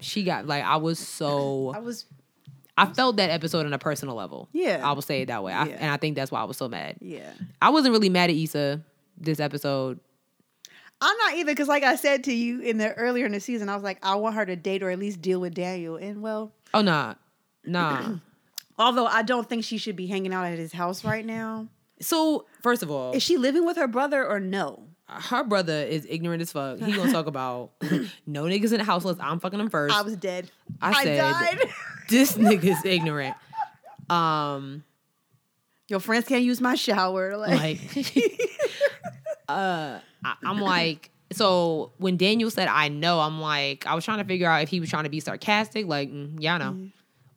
A: she got like I was
B: I
A: so
B: was
A: I felt that episode on a personal level.
B: Yeah.
A: I will say it that way. I,
B: Yeah.
A: and I think that's why I was so mad.
B: yeah.
A: I wasn't really mad at Issa this episode.
B: I'm not either cuz like I said to you in the earlier in the season, I was like, "I want her to date or at least deal with Daniel." And well,
A: Oh nah.
B: *clears throat*
A: Nah.
B: although I don't think she should be hanging out at his house right now.
A: so first of all
B: Is she living with her brother or no?
A: her brother is ignorant as fuck. He gonna talk about *laughs* no niggas in the house unless I'm fucking him first.
B: I was dead.
A: I said-
B: died.
A: *laughs*
B: *laughs*
A: this nigga's ignorant. Um,
B: Your friends can't use my shower. *laughs* Like,
A: like, uh, I, I'm like, so when Daniel said I know, I'm like, I was trying to figure out if he was trying to be sarcastic, like, mm, yeah, I know,
B: Mm-hmm.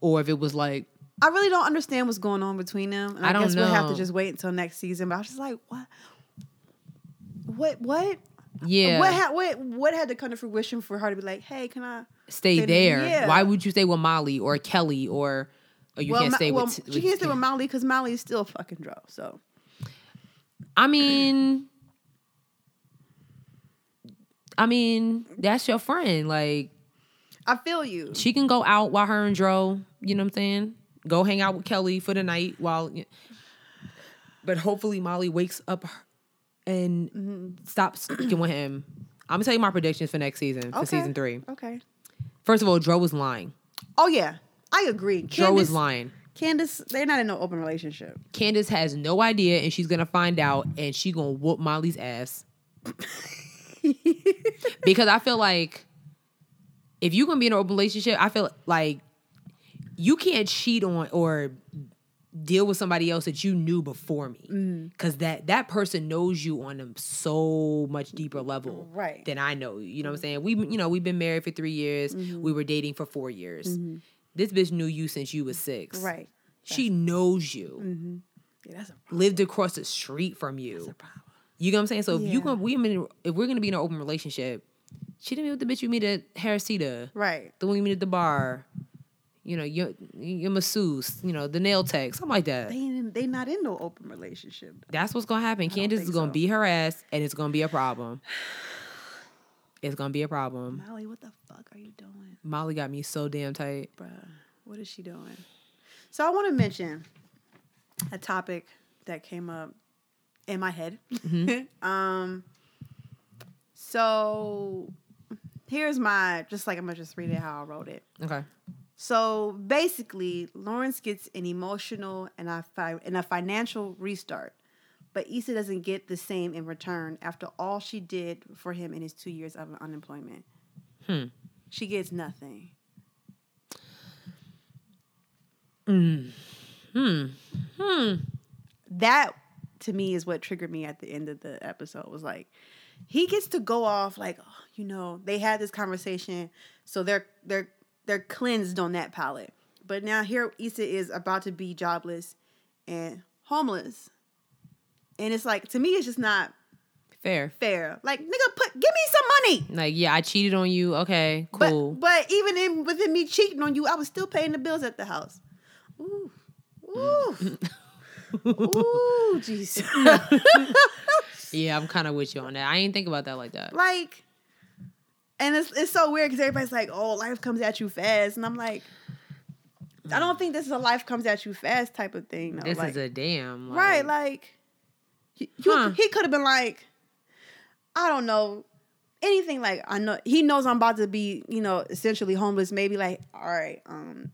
A: or if it was like,
B: I really don't understand what's going on between them. And I,
A: I don't
B: guess we'll have to
A: know.
B: just wait until next season. But I was just like, what? What? What?
A: yeah,
B: What, ha- what? What had to come to fruition for her to be like, hey, can I?
A: stay
B: then,
A: there.
B: yeah.
A: Why would you stay with Molly or Kelly or? or you
B: well,
A: can't
B: Ma-
A: stay
B: well,
A: with.
B: she can't stay with Molly because Molly is still fucking dro. So
A: I mean, I mean, that's your friend. Like,
B: I feel you.
A: she can go out while her and Dro, you know what I'm saying? Go hang out with Kelly for the night while. But hopefully, Molly wakes up and stops fucking with him. I'm gonna tell you my predictions for next season, for
B: Okay.
A: season three.
B: Okay.
A: First of all, Dro was lying.
B: Oh yeah, I agree. Candace,
A: Dro was lying.
B: Candace, they're not in no open relationship.
A: Candace has no idea, and she's gonna find out, and she gonna whoop Molly's
B: *laughs*
A: ass. because I feel like if you're gonna be in an open relationship, I feel like you can't cheat on or deal with somebody else that you knew before me,
B: Mm.
A: because that that person knows you on a so much deeper level
B: Right.
A: than I know. you. You know what I'm saying? We you know we've been married for three years.
B: Mm-hmm.
A: We were dating for four years. This bitch knew you since you was six.
B: Right. Mm.
A: She knows you
B: Yeah, that's a problem.
A: lived across the street from you. You know what I'm saying? So if
B: Yeah.
A: you going we in- if we're gonna be in an open relationship, she didn't meet with the bitch you meet at Harrisita,
B: Right.
A: the one you meet at the bar, you know, your your masseuse, you know, the nail tech, something like that.
B: They ain't- they not in no open relationship.
A: That's what's gonna happen. Candace is
B: think
A: gonna
B: so.
A: be her ass and it's gonna be a problem. *sighs* It's gonna be a problem.
B: Molly, what the fuck are you doing?
A: Molly got me so damn tight.
B: Bruh, what is she doing? So I want to mention a topic that came up in my head.
A: Mm-hmm.
B: *laughs* um, so here's my just like I'm gonna just read it how I wrote it.
A: Okay.
B: So basically, Lawrence gets an emotional and a fi- and a financial restart, but Issa doesn't get the same in return after all she did for him in his two years of unemployment.
A: Hmm.
B: She gets nothing. That to me is what triggered me at the end of the episode was like he gets to go off like oh, you know they had this conversation so they're they're they're cleansed on that palette but now here Issa is about to be jobless and homeless and it's like to me it's just not
A: Fair.
B: fair like nigga put give me some money
A: Like, yeah, I cheated on you. Okay, cool.
B: But, but even in, within me cheating on you, I was still paying the bills at the house. Ooh, ooh, ooh, Jesus!
A: yeah, I'm kind of with you on that. I ain't think about that like that.
B: like, and it's it's so weird because everybody's like, "Oh, life comes at you fast," and I'm like, I don't think this is a life comes at you fast type of thing. Though.
A: This
B: like,
A: is a damn.
B: right, like, he, you-
A: Huh.
B: he could have been like, I don't know. Anything like I know he knows I'm about to be, you know, essentially homeless. Maybe like, all right, um,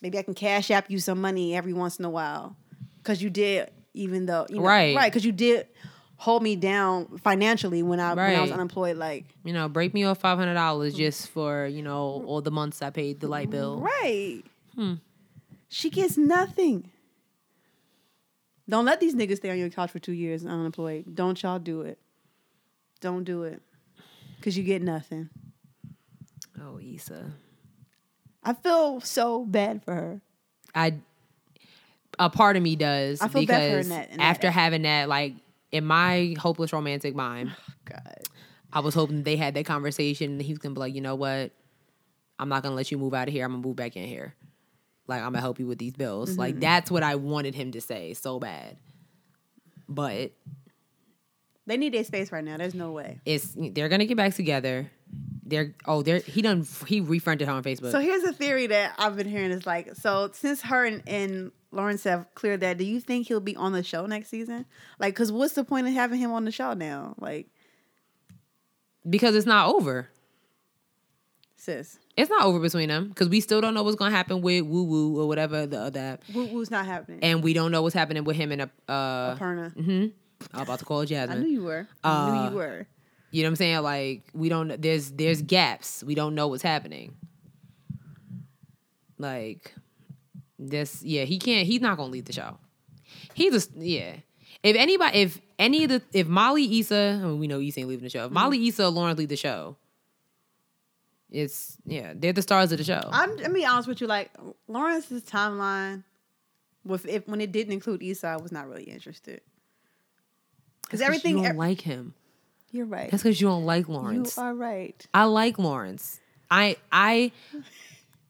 B: maybe I can cash app you some money every once in a while, cause you did, even though, you know,
A: Right.
B: right, cause you did hold me down financially when I when I was
A: Right.
B: unemployed. Like,
A: you know, break me off five hundred dollars
B: Mm-hmm.
A: just for you know all the months I paid the light bill.
B: right,
A: Hmm.
B: she gets nothing. Don't let these niggas stay on your couch for two years unemployed. Don't y'all do it. Don't do it. Cause you get nothing.
A: Oh, Issa,
B: I feel so bad for her.
A: I a part of me does
B: I feel bad for her in
A: because
B: that- in that
A: after
B: act.
A: having that, like in my hopeless romantic mind,
B: God.
A: I was hoping they had that conversation and he was gonna be like, you know what, I'm not gonna let you move out of here. I'm gonna move back in here. Like I'm gonna help you with these bills.
B: Mm-hmm.
A: Like that's what I wanted him to say so bad. But
B: They need their space right now. There's no way.
A: it's they're gonna get back together. They're oh they're he done he refriended her on Facebook.
B: So here's a theory that I've been hearing is like, so since her and, and Lawrence have cleared that, do you think he'll be on the show next season? Like, cause what's the point of having him on the show now? Like,
A: because it's not over.
B: sis,
A: It's not over between them because we still don't know what's gonna happen with Woo Woo or whatever the other, app.
B: woo woo's not happening.
A: and we don't know what's happening with him and a. Uh,
B: Aparna,
A: mhm. I'm about to call
B: I
A: Jasmine.
B: knew
A: You.
B: you were. I
A: Uh,
B: knew you were.
A: know what I'm saying? Like we don't. There's there's gaps. We don't know what's happening. Like this. Yeah, he can't. He's not gonna leave the show. He just yeah. If anybody, if any of the, if Molly Issa, I mean, we know Issa ain't leaving the
B: Mm-hmm.
A: show. If Molly Issa, or Lauren leave the show. It's yeah, they're the stars of the show.
B: I'm, I'm be honest with you, like Lawrence's timeline, with if when it didn't include Esau, I was not really interested. Because
A: That's
B: everything,
A: you don't
B: e-
A: like him.
B: you're right.
A: That's because you don't like
B: You
A: Lawrence.
B: are right.
A: I like Lawrence. I I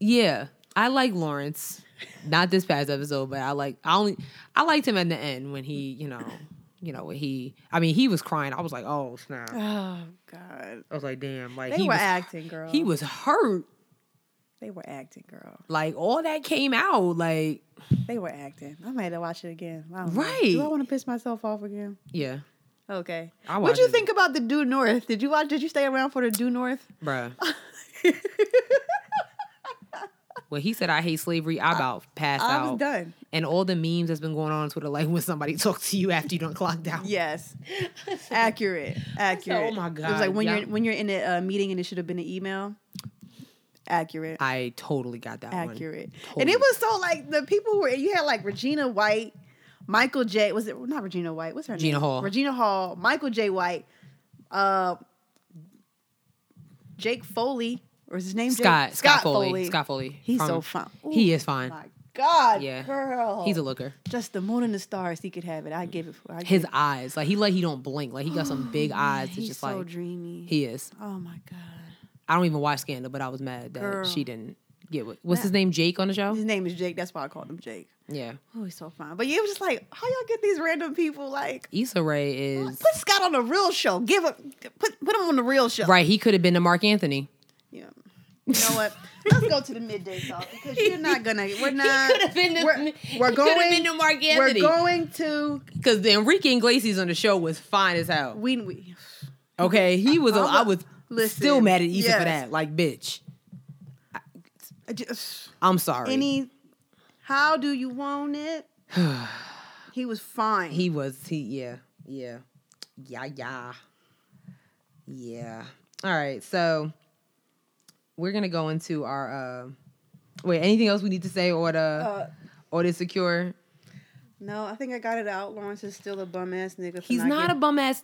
A: yeah, I like Lawrence. Not this past episode, but I like I only I liked him at the end when he you know you know when he I mean he was crying. I was like oh snap.
B: Oh God.
A: I was like damn like
B: They
A: he
B: were
A: was
B: acting, girl.
A: he was hurt.
B: They were acting, girl.
A: Like all that came out like
B: They were acting. I might have to watch it again. I don't know.
A: Right.
B: Do I want to piss myself off again?
A: yeah
B: Okay.
A: I
B: What'd you
A: watched it.
B: think about the Due North? Did you watch? Did you stay around for the
A: *laughs*
B: Due North?
A: bruh. When he said I hate slavery, I about passed
B: I
A: out.
B: was done.
A: And all the memes that's been going on on Twitter, like when somebody *laughs* talks to you after you don't clocked out.
B: Yes. *laughs* Accurate. Accurate.
A: "Oh my
B: It was like
A: God,
B: when
A: yeah."
B: you're when you're in a uh, meeting and it should have been an email. Accurate.
A: I totally got that one.
B: accurate. And it
A: Totally.
B: was so like the people who were you had like Regina White, Michael J. Was it not Regina White? What's her name?
A: Regina Hall.
B: Regina Hall, Michael J. White, uh, Jake Foley, or is his name Jake?
A: Scott, Scott, Foley. Scott Foley.
B: He's
A: From-
B: so fun.
A: He is fine.
B: My God,
A: Yeah.
B: girl.
A: He's a looker.
B: just the moon and the stars. He could have it. I give it. For, I give
A: His
B: it.
A: eyes, like he like he don't blink. Like he got some
B: *gasps*
A: big eyes. It's
B: He's
A: just
B: so
A: like
B: dreamy.
A: he is.
B: oh my God.
A: I don't even watch Scandal, but I was mad that
B: Girl. Mm.
A: she didn't get what. What's his name? Jake on the show.
B: His name is Jake. That's why I called him Jake.
A: Yeah,
B: Oh, he's so fine. But yeah, it was just like, how y'all get these random people like
A: Issa Rae is
B: Put Scott on the real show. Give a put put him on the real show.
A: right. He could have been the Mark Anthony.
B: Yeah. You know what? Let's go to the midday talk
A: *laughs*
B: because you're not gonna. We're not.
A: could've been the-
B: we're,
A: he
B: we're
A: could've
B: going.
A: been the Mark Anthony.
B: We're going to.
A: Because the Enrique Iglesias on the show was fine as hell.
B: We. we
A: Okay, he was. a-
B: I'm a-
A: I was
B: listen,
A: still mad at Issa
B: yes.
A: for that. Like, bitch,
B: I just,
A: I'm sorry.
B: any. How do you
A: *sighs*
B: want it? he was fine.
A: He was. He yeah yeah yeah yeah yeah. All right, so we're gonna go into our. Uh, wait, anything else we need to say or the
B: Uh,
A: Or the secure.
B: No, I think I got it out. Lawrence is still a bum ass nigga. for
A: He's not a
B: getting-
A: bum ass.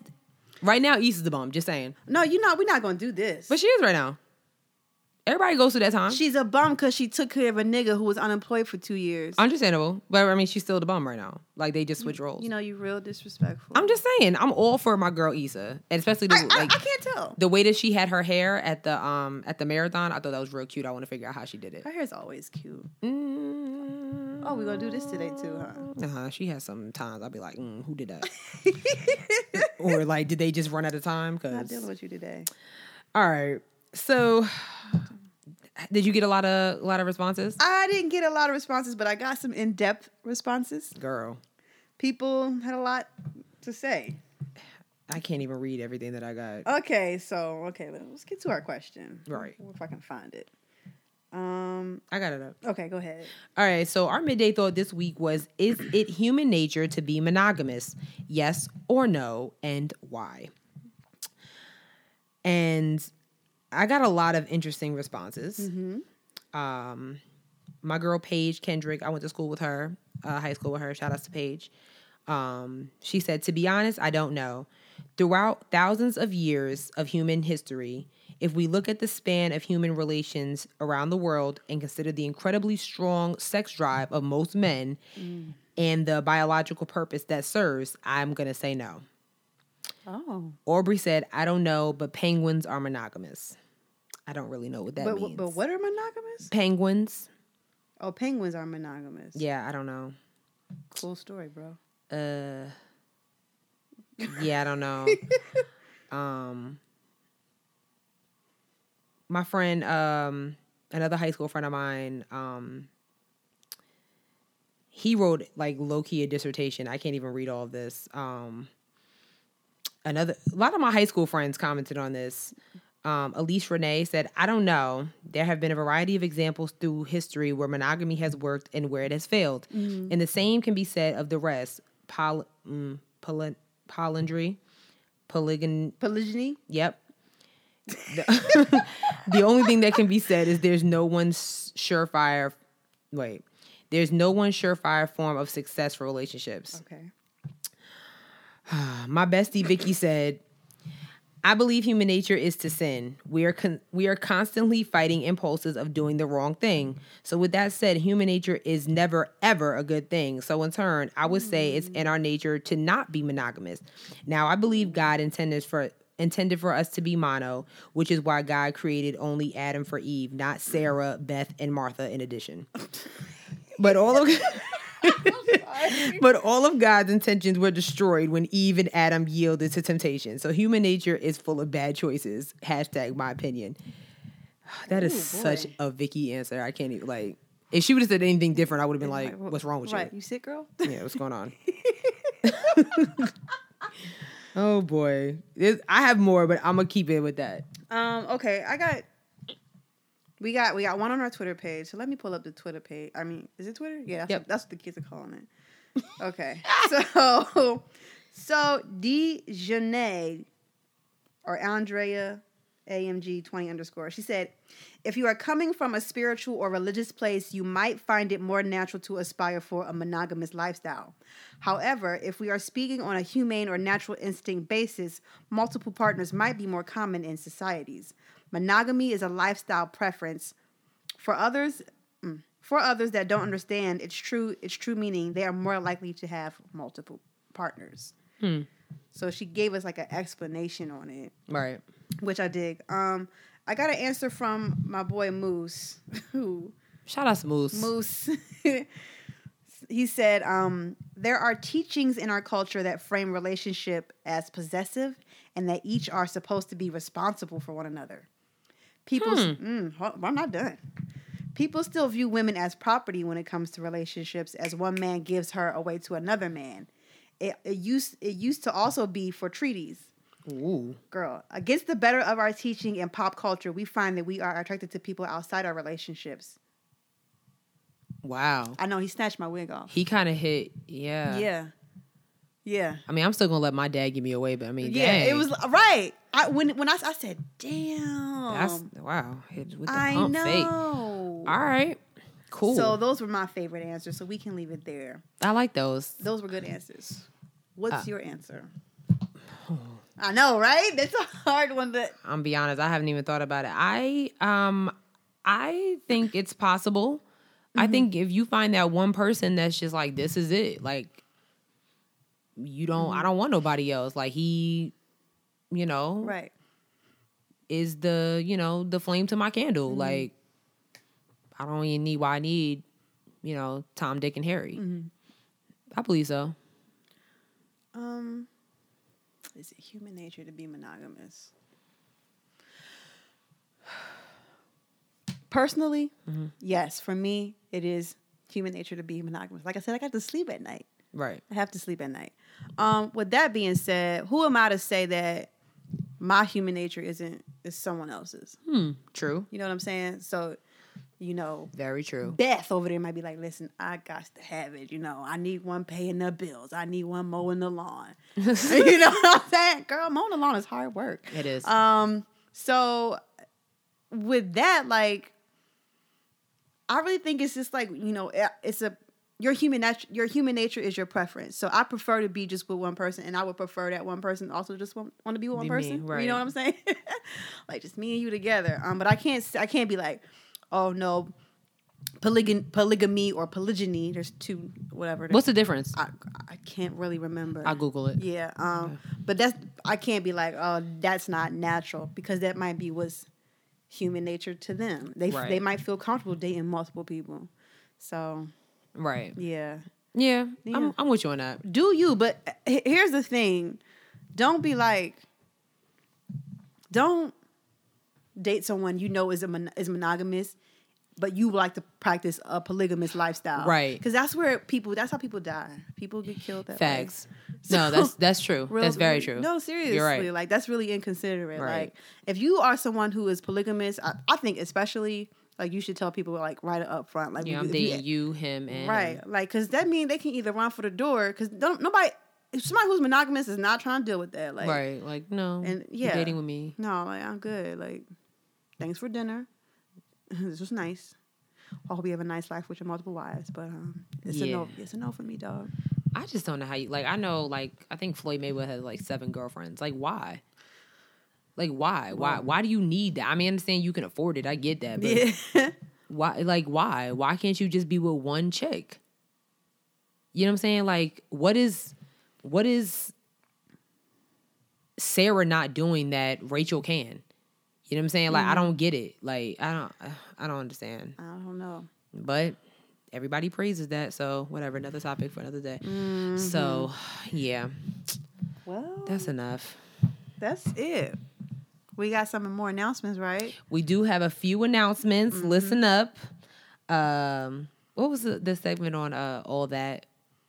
A: Right now, East is the bum. Just saying.
B: No, you know we're not gonna do this.
A: But she is right now. Everybody goes through that time.
B: She's a bum because she took care of a nigga who was unemployed for two years.
A: Understandable. But I mean, she's still the bum right now. Like they just switch roles.
B: You know, you real disrespectful.
A: I'm just saying, I'm all for my girl Issa, and especially the,
B: I, I,
A: like
B: I can't tell.
A: the way that she had her hair at the um at the marathon. I thought that was real cute. I want to figure out how she did it.
B: Her hair's always cute.
A: Mm.
B: Oh, we gonna do this today too, huh?
A: Uh huh. She has some times I'll be like, mm, who did
B: *laughs*
A: that? or like, did they just run out of time?
B: Not dealing
A: Because
B: with you today.
A: all right. So, did you get a lot of a lot of responses?
B: I didn't get a lot of responses, but I got some in-depth responses.
A: Girl,
B: People had a lot to say.
A: I can't even read everything that I got.
B: Okay, so okay, let's get to our question.
A: Right.
B: If I can find it. Um.
A: I got it up.
B: Okay, go ahead.
A: All right, so our midday thought this week was Is it human nature to be monogamous? Yes or no, and why? And I got a lot of interesting responses. Um, my girl Paige Kendrick, I went to school with her, uh, high school with her. Shout outs to Paige. Um, she said, To be honest, I don't know. Throughout thousands of years of human history, if we look at the span of human relations around the world and consider the incredibly strong sex drive of most men
B: Mm.
A: and the biological purpose that serves, I'm going to say no.
B: Oh.
A: Aubrey said, I don't know, but penguins are monogamous. I don't really know what that
B: But
A: means.
B: but what are monogamous?
A: Penguins.
B: Oh, penguins are monogamous.
A: Yeah, I don't know.
B: Cool story, bro.
A: Uh, yeah, I don't know. um, my friend, um, another high school friend of mine, um, he wrote like low key a dissertation. I can't even read all of this. Um, another, a lot of my high school friends commented on this. Um, Elise Renee said, I don't know. There have been a variety of examples through history where monogamy has worked and where it has failed. And the same can be said of the rest Poly- mm, poly- polyandry, polygon,
B: Polygyny.
A: Yep. The, *laughs* the only thing that can be said is there's no one s- surefire. Wait, there's no one surefire form of success for relationships.
B: Okay.
A: My bestie Vicky said, "I believe human nature is to sin. We are con- we are constantly fighting impulses of doing the wrong thing. So with that said, human nature is never ever a good thing. So in turn, I would say it's in our nature to not be monogamous. Now, I believe God intended for intended for us to be mono, which is why God created only Adam for Eve, not Sarah, Beth, and Martha in addition. But all of *laughs* but all of God's intentions were destroyed when Eve and Adam yielded to temptation. So human nature is full of bad choices. Hashtag my opinion. *sighs* That is
B: Ooh,
A: such
B: boy.
A: a Vicky answer. I can't even like. If she would have said anything different, I would have been like,
B: Right, wh-
A: "What's wrong with
B: right.
A: you?
B: You sick, girl?
A: Yeah, what's going
B: *laughs*
A: on?" *laughs* oh boy, There's, I have more, but I'm gonna keep it with that.
B: Um, okay, I got we got we got one on our Twitter page. So let me pull up the Twitter page. I mean, is it Twitter? Yeah, that's,
A: Yep.
B: what, that's what the kids are calling it. Okay. *laughs* so so Dejanay or Andrea AMG 20 underscore. She said, if you are coming from a spiritual or religious place, you might find it more natural to aspire for a monogamous lifestyle. However, if we are speaking on a humane or natural instinct basis, multiple partners might be more common in societies. Monogamy is a lifestyle preference. For others, mm, for others that don't understand its true its true meaning, they are more likely to have multiple partners. So she gave us like an explanation on it
A: Right.
B: which I dig. Um, I got an answer from my boy Moose, *laughs* who
A: Shout out to Moose.
B: Moose. *laughs* he said, um, "There are teachings in our culture that frame relationship as possessive, and that each are supposed to be responsible for one another. People, mm, hold- I'm not done. People still view women as property when it comes to relationships, as one man gives her away to another man. It, it used it used to also be for treaties."
A: Ooh.
B: Girl, against the better of our teaching and pop culture, we find that we are attracted to people outside our relationships.
A: Wow.
B: I know he snatched my wig off.
A: He kind of hit. Yeah.
B: Yeah. Yeah.
A: I mean, I'm still gonna let my dad give me away, but I mean,
B: Yeah. It
A: dang.
B: was uh, right. I when when I, I said, damn.
A: That's wow. Hit with the
B: I
A: pump fake.
B: know.
A: All right. Cool.
B: So those were my favorite answers. So we can leave it there.
A: I like those.
B: Those were good answers.
A: Uh.
B: What's your answer? I know, right? That's a hard one. But
A: I'm gonna be honest, I haven't even thought about it. I um I think it's possible. I
B: Mm-hmm.
A: think if you find that one person that's just like this is it, like you don't
B: Mm-hmm.
A: I don't want nobody else. Like he you know,
B: right,
A: is the, you know, the flame to my candle. Like I don't even need why I need, you know, Tom Dick and Harry. I believe so.
B: um, is it human nature to be monogamous? *sighs* Personally, yes. For me, it is human nature to be monogamous. Like I said, I got to sleep at night.
A: Right.
B: I have to sleep at night. Um, with that being said, who am I to say that my human nature isn't is someone else's?
A: Hmm. True.
B: You know what I'm saying? So, you know,
A: Very true.
B: Beth over there might be like, "Listen, I got to have it. You know, I need one paying the bills. I need one mowing the lawn. *laughs* you know what I'm saying, girl? Mowing the lawn is hard work.
A: It is.
B: Um, so with that, like, I really think it's just like you know, it- it's a your human nat- your human nature is your preference. So I prefer to be just with one person, and I would prefer that one person also just want, want to be with one
A: Be me,
B: person. You
A: right.
B: know what I'm saying? *laughs* like just me and you together. Um, but I can't s- I can't be like, oh no, polygon polygamy or polygyny. There's two whatever. it is.
A: What's the difference?
B: I I can't really remember.
A: I'll Google it.
B: Yeah, um, but that's I can't be like, oh, that's not natural because that might be what's human nature to them. They
A: Right.
B: they might feel comfortable dating multiple people. So
A: Right.
B: yeah,
A: Yeah.
B: Yeah.
A: I'm I'm with you on that.
B: do you? But h- here's the thing: don't be like, don't date someone you know is a mon- is monogamous, but you like to practice a polygamous lifestyle,
A: Right.
B: Because that's where people that's how people die. People get killed. That way.
A: *laughs* Facts. No, that's that's *laughs* true.
B: real-
A: that's very true.
B: No, seriously,
A: You're right.
B: like that's really inconsiderate.
A: Right.
B: Like if you are someone who is polygamous, I, I think especially like you should tell people like right up front, like
A: Yeah, I'm
B: if you-
A: dating you, him, and
B: right, like because that means they can either run for the door because don't nobody if somebody who's monogamous is not trying to deal with that, like
A: right. Like no,
B: And-
A: you're
B: yeah.
A: dating with me.
B: no, like I'm good, like thanks for dinner, *laughs* this was nice. I hope you have a nice life with your multiple wives, but um, it's a no,
A: Yeah.
B: it's a no for me, dog.
A: I just don't know how you like. I know like I think Floyd Mayweather had like seven girlfriends. Like why? Like why? Why? Why do you need that? I mean, I understand you can afford it. I get that. But
B: Yeah.
A: why? Like why? Why can't you just be with one chick? You know what I'm saying? Like what is, what is Sarah not doing that Rachel can? You know what I'm saying? Like I don't get it. Like I don't, I don't understand.
B: *laughs* I don't know.
A: But everybody praises that, so whatever. Another topic for another day. So yeah.
B: Well,
A: That's enough.
B: That's it. We got some more announcements, right?
A: We do have a few announcements. Listen up. Um, what was the, the segment on uh, all that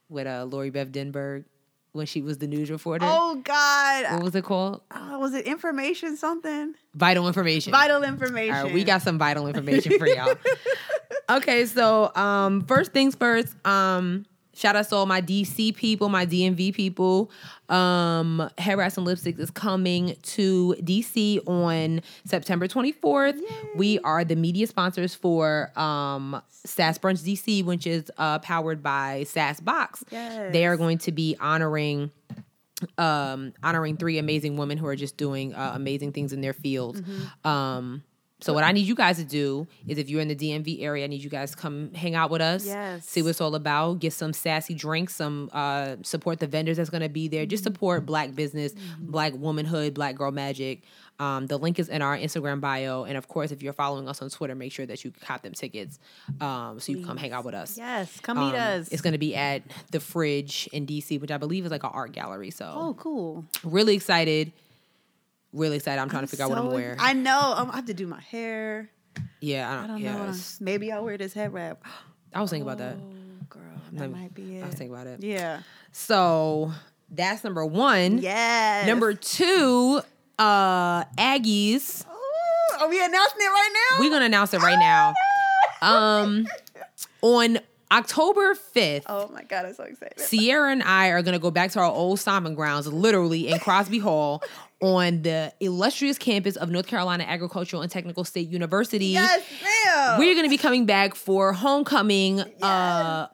A: with uh, Lori Bev Denberg when she was the news reporter?
B: Oh
A: What
B: God,
A: was it called?
B: oh, was it information something?
A: Vital information.
B: Vital information.
A: All right, we got some vital information for y'all. okay, so um, first things first. Um, shout out to all my DC people, my DMV people. Um, Hair Rats and Lipsticks is coming to DC on September 24th. We are the media sponsors for um, SAS Brunch DC, which is uh, powered by SAS Box. They are
B: Yes.
A: going to be honoring um, honoring three amazing women who are just doing uh, amazing things in their field.
B: Mm-hmm.
A: Um, so what I need you guys to do is, if you're in the DMV area, I need you guys to come hang out with us,
B: Yes.
A: see what it's all about, get some sassy drinks, some uh, support the vendors that's going to be there,
B: Mm-hmm.
A: just support Black business, Black womanhood, Black girl magic. Um, the link is in our Instagram bio, and of course, if you're following us on Twitter, make sure that you cop them tickets um, so you can come hang out with us.
B: Yes, come meet
A: Um,
B: us.
A: It's going to be at the Fridge in DC, which I believe is like an art gallery. So
B: oh, cool.
A: really excited. Really excited. I'm trying to figure out what
B: So-
A: I'm wearing.
B: I know. Um, I have to do my hair.
A: yeah, I don't,
B: I don't
A: yeah,
B: know. what I'm-
A: it's-
B: Maybe I'll wear this head wrap. *gasps*
A: I was thinking about that.
B: Oh, girl, that
A: Maybe.
B: might be it.
A: I was thinking about it.
B: yeah.
A: So that's number one.
B: Yes.
A: Number two, uh, Aggies.
B: Ooh, are we announcing it right now?
A: We're gonna announce it right now. Um, on October 5th,
B: *laughs* Oh my god, I'm so excited.
A: Sierra and I are going to go back to our old stomping grounds, literally in Crosby Hall,
B: *laughs*
A: on the illustrious campus of North Carolina Agricultural and Technical State University.
B: yes, ma'am.
A: We're going to be coming back for homecoming, uh,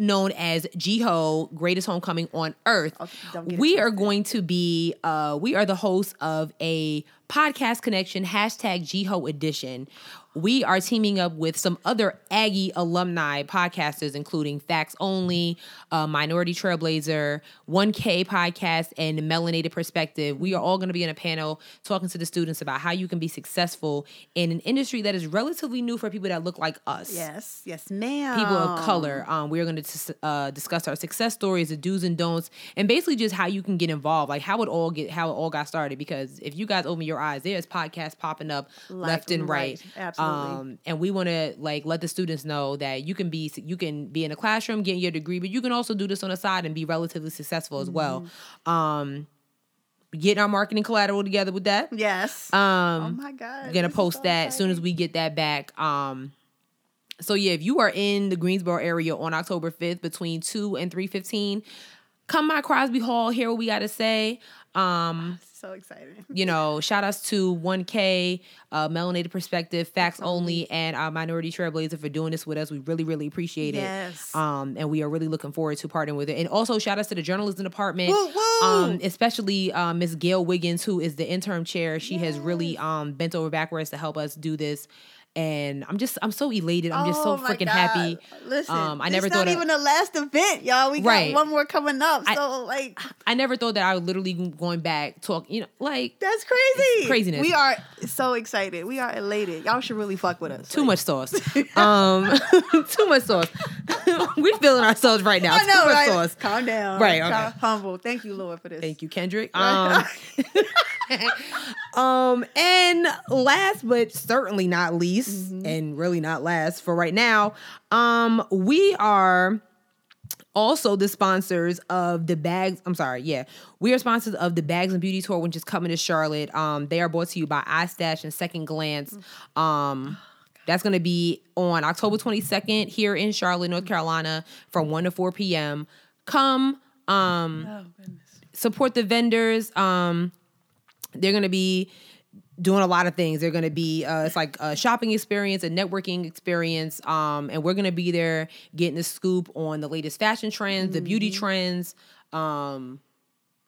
A: known as GHO, greatest homecoming on earth.
B: don't get it
A: We are going to be, uh, we are the hosts of a podcast connection, hashtag GHO edition. We are teaming up with some other Aggie alumni podcasters, including Facts Only, uh, Minority Trailblazer, 1K Podcast, and Melanated Perspective. We are all going to be in a panel talking to the students about how you can be successful in an industry that is relatively new for people that look like us
B: yes, yes, ma'am.
A: people of color. Um, we are going to uh, discuss our success stories, the do's and don'ts, and basically just how you can get involved, like how it all get how it all got started. Because if you guys open your eyes, there's podcasts popping up left and right,
B: right. Absolutely.
A: Um, and we want to like let the students know that you can be you can be in a classroom getting your degree, but you can also do this on the side and be relatively successful as well. Um, getting our marketing collateral together with that.
B: Yes.
A: Um,
B: oh my god.
A: I'm gonna
B: this is
A: post
B: so
A: that as soon as
B: exciting.
A: we get that back. Um, so yeah, if you are in the Greensboro area on October 5th between two and three fifteen, come by Crosby Hall. Hear what we gotta say. Um,
B: So excited.
A: you
B: *laughs*
A: know, shout outs to 1K, uh, Melanated Perspective, Facts Only, and our Minority Trailblazer for doing this with us. We really, really appreciate
B: Yes.
A: it. Um, and we are really looking forward to partnering with it. And also, shout outs to the journalism department,
B: Woo, woo!
A: Um, especially uh, Miss Gail Wiggins, who is the interim chair. She has really um, bent over backwards to help us do this. And I'm just, I'm so elated. I'm just so
B: Oh my
A: freaking
B: God.
A: happy.
B: Listen,
A: Um, I
B: it's
A: never
B: not
A: thought I-
B: even the last event, y'all. We got
A: Right.
B: one more coming up.
A: I-
B: so like,
A: I never thought that I would literally going back talk. You know, like
B: that's crazy.
A: craziness.
B: We are so excited. We are elated. Y'all should really fuck with us.
A: Too much
B: *laughs*
A: sauce. Um, *laughs* too much sauce. *laughs* We're feeling ourselves right now.
B: I know,
A: too much
B: right?
A: sauce.
B: Calm down.
A: Right,
B: Y'all
A: okay.
B: Humble. Thank you, Lord, for this.
A: Thank you, Kendrick. Um, *laughs* um, and last but certainly not least, and really not last for right now, um, we are also the sponsors of the bags. I'm sorry, yeah, we are sponsors of the Bags and Beauty Tour, which is coming to Charlotte. Um, they are brought to you by iStash and Second Glance. Um. That's going to be on October 22nd here in Charlotte, North Carolina from 1 to 4 p.m. Come um
B: Oh, goodness.
A: support the vendors. Um, they're gonna be doing a lot of things. They're gonna be uh, it's like a shopping experience, a networking experience, um, and we're gonna be there getting the scoop on the latest fashion trends, the beauty trends. Um,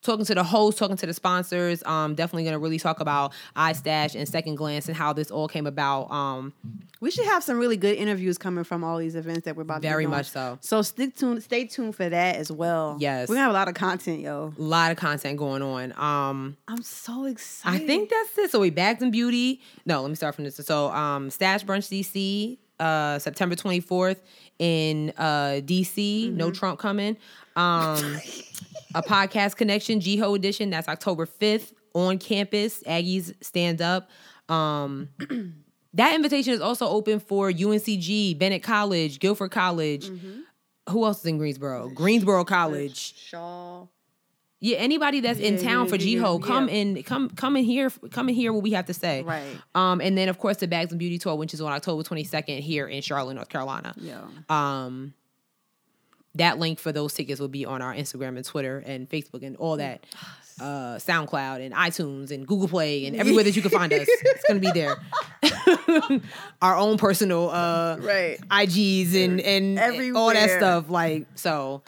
A: talking to the host, talking to the sponsors. Um, definitely gonna really talk about iStash and Second Glance and how this all came about. Um,
B: We should have some really good interviews coming from all these events that we're about to
A: Very
B: be doing.
A: much so.
B: So stick tuned, stay tuned for that as well.
A: Yes.
B: We're gonna have a lot of content, yo.
A: a lot of content going on. Um,
B: I'm so
A: I
B: excited.
A: think that's it. So we bags and beauty. No, let me start from this. So um Stash Brunch DC, uh September 24th in uh DC. No Trump coming. Um a podcast connection, G-Ho edition. That's October 5th on campus. Aggies stand up. Um that invitation is also open for UNCG, Bennett College, Guilford College. Who else is in Greensboro? Greensboro College
B: Shaw.
A: yeah, anybody that's in
B: Yeah,
A: town
B: yeah,
A: for
B: yeah,
A: G-Ho,
B: yeah.
A: come in, come come in here, come in here what we have to say.
B: Right.
A: Um, and then of course the Bags and Beauty Tour, which is on October 22nd here in Charlotte, North Carolina.
B: Yo.
A: Um that link for those tickets will be on our Instagram and Twitter and Facebook and all that. Uh SoundCloud and iTunes and Google Play
B: *laughs*
A: and everywhere that you can find us. It's gonna be there. our own personal uh
B: Right.
A: IGs and and all that
B: Everywhere.
A: stuff. Like so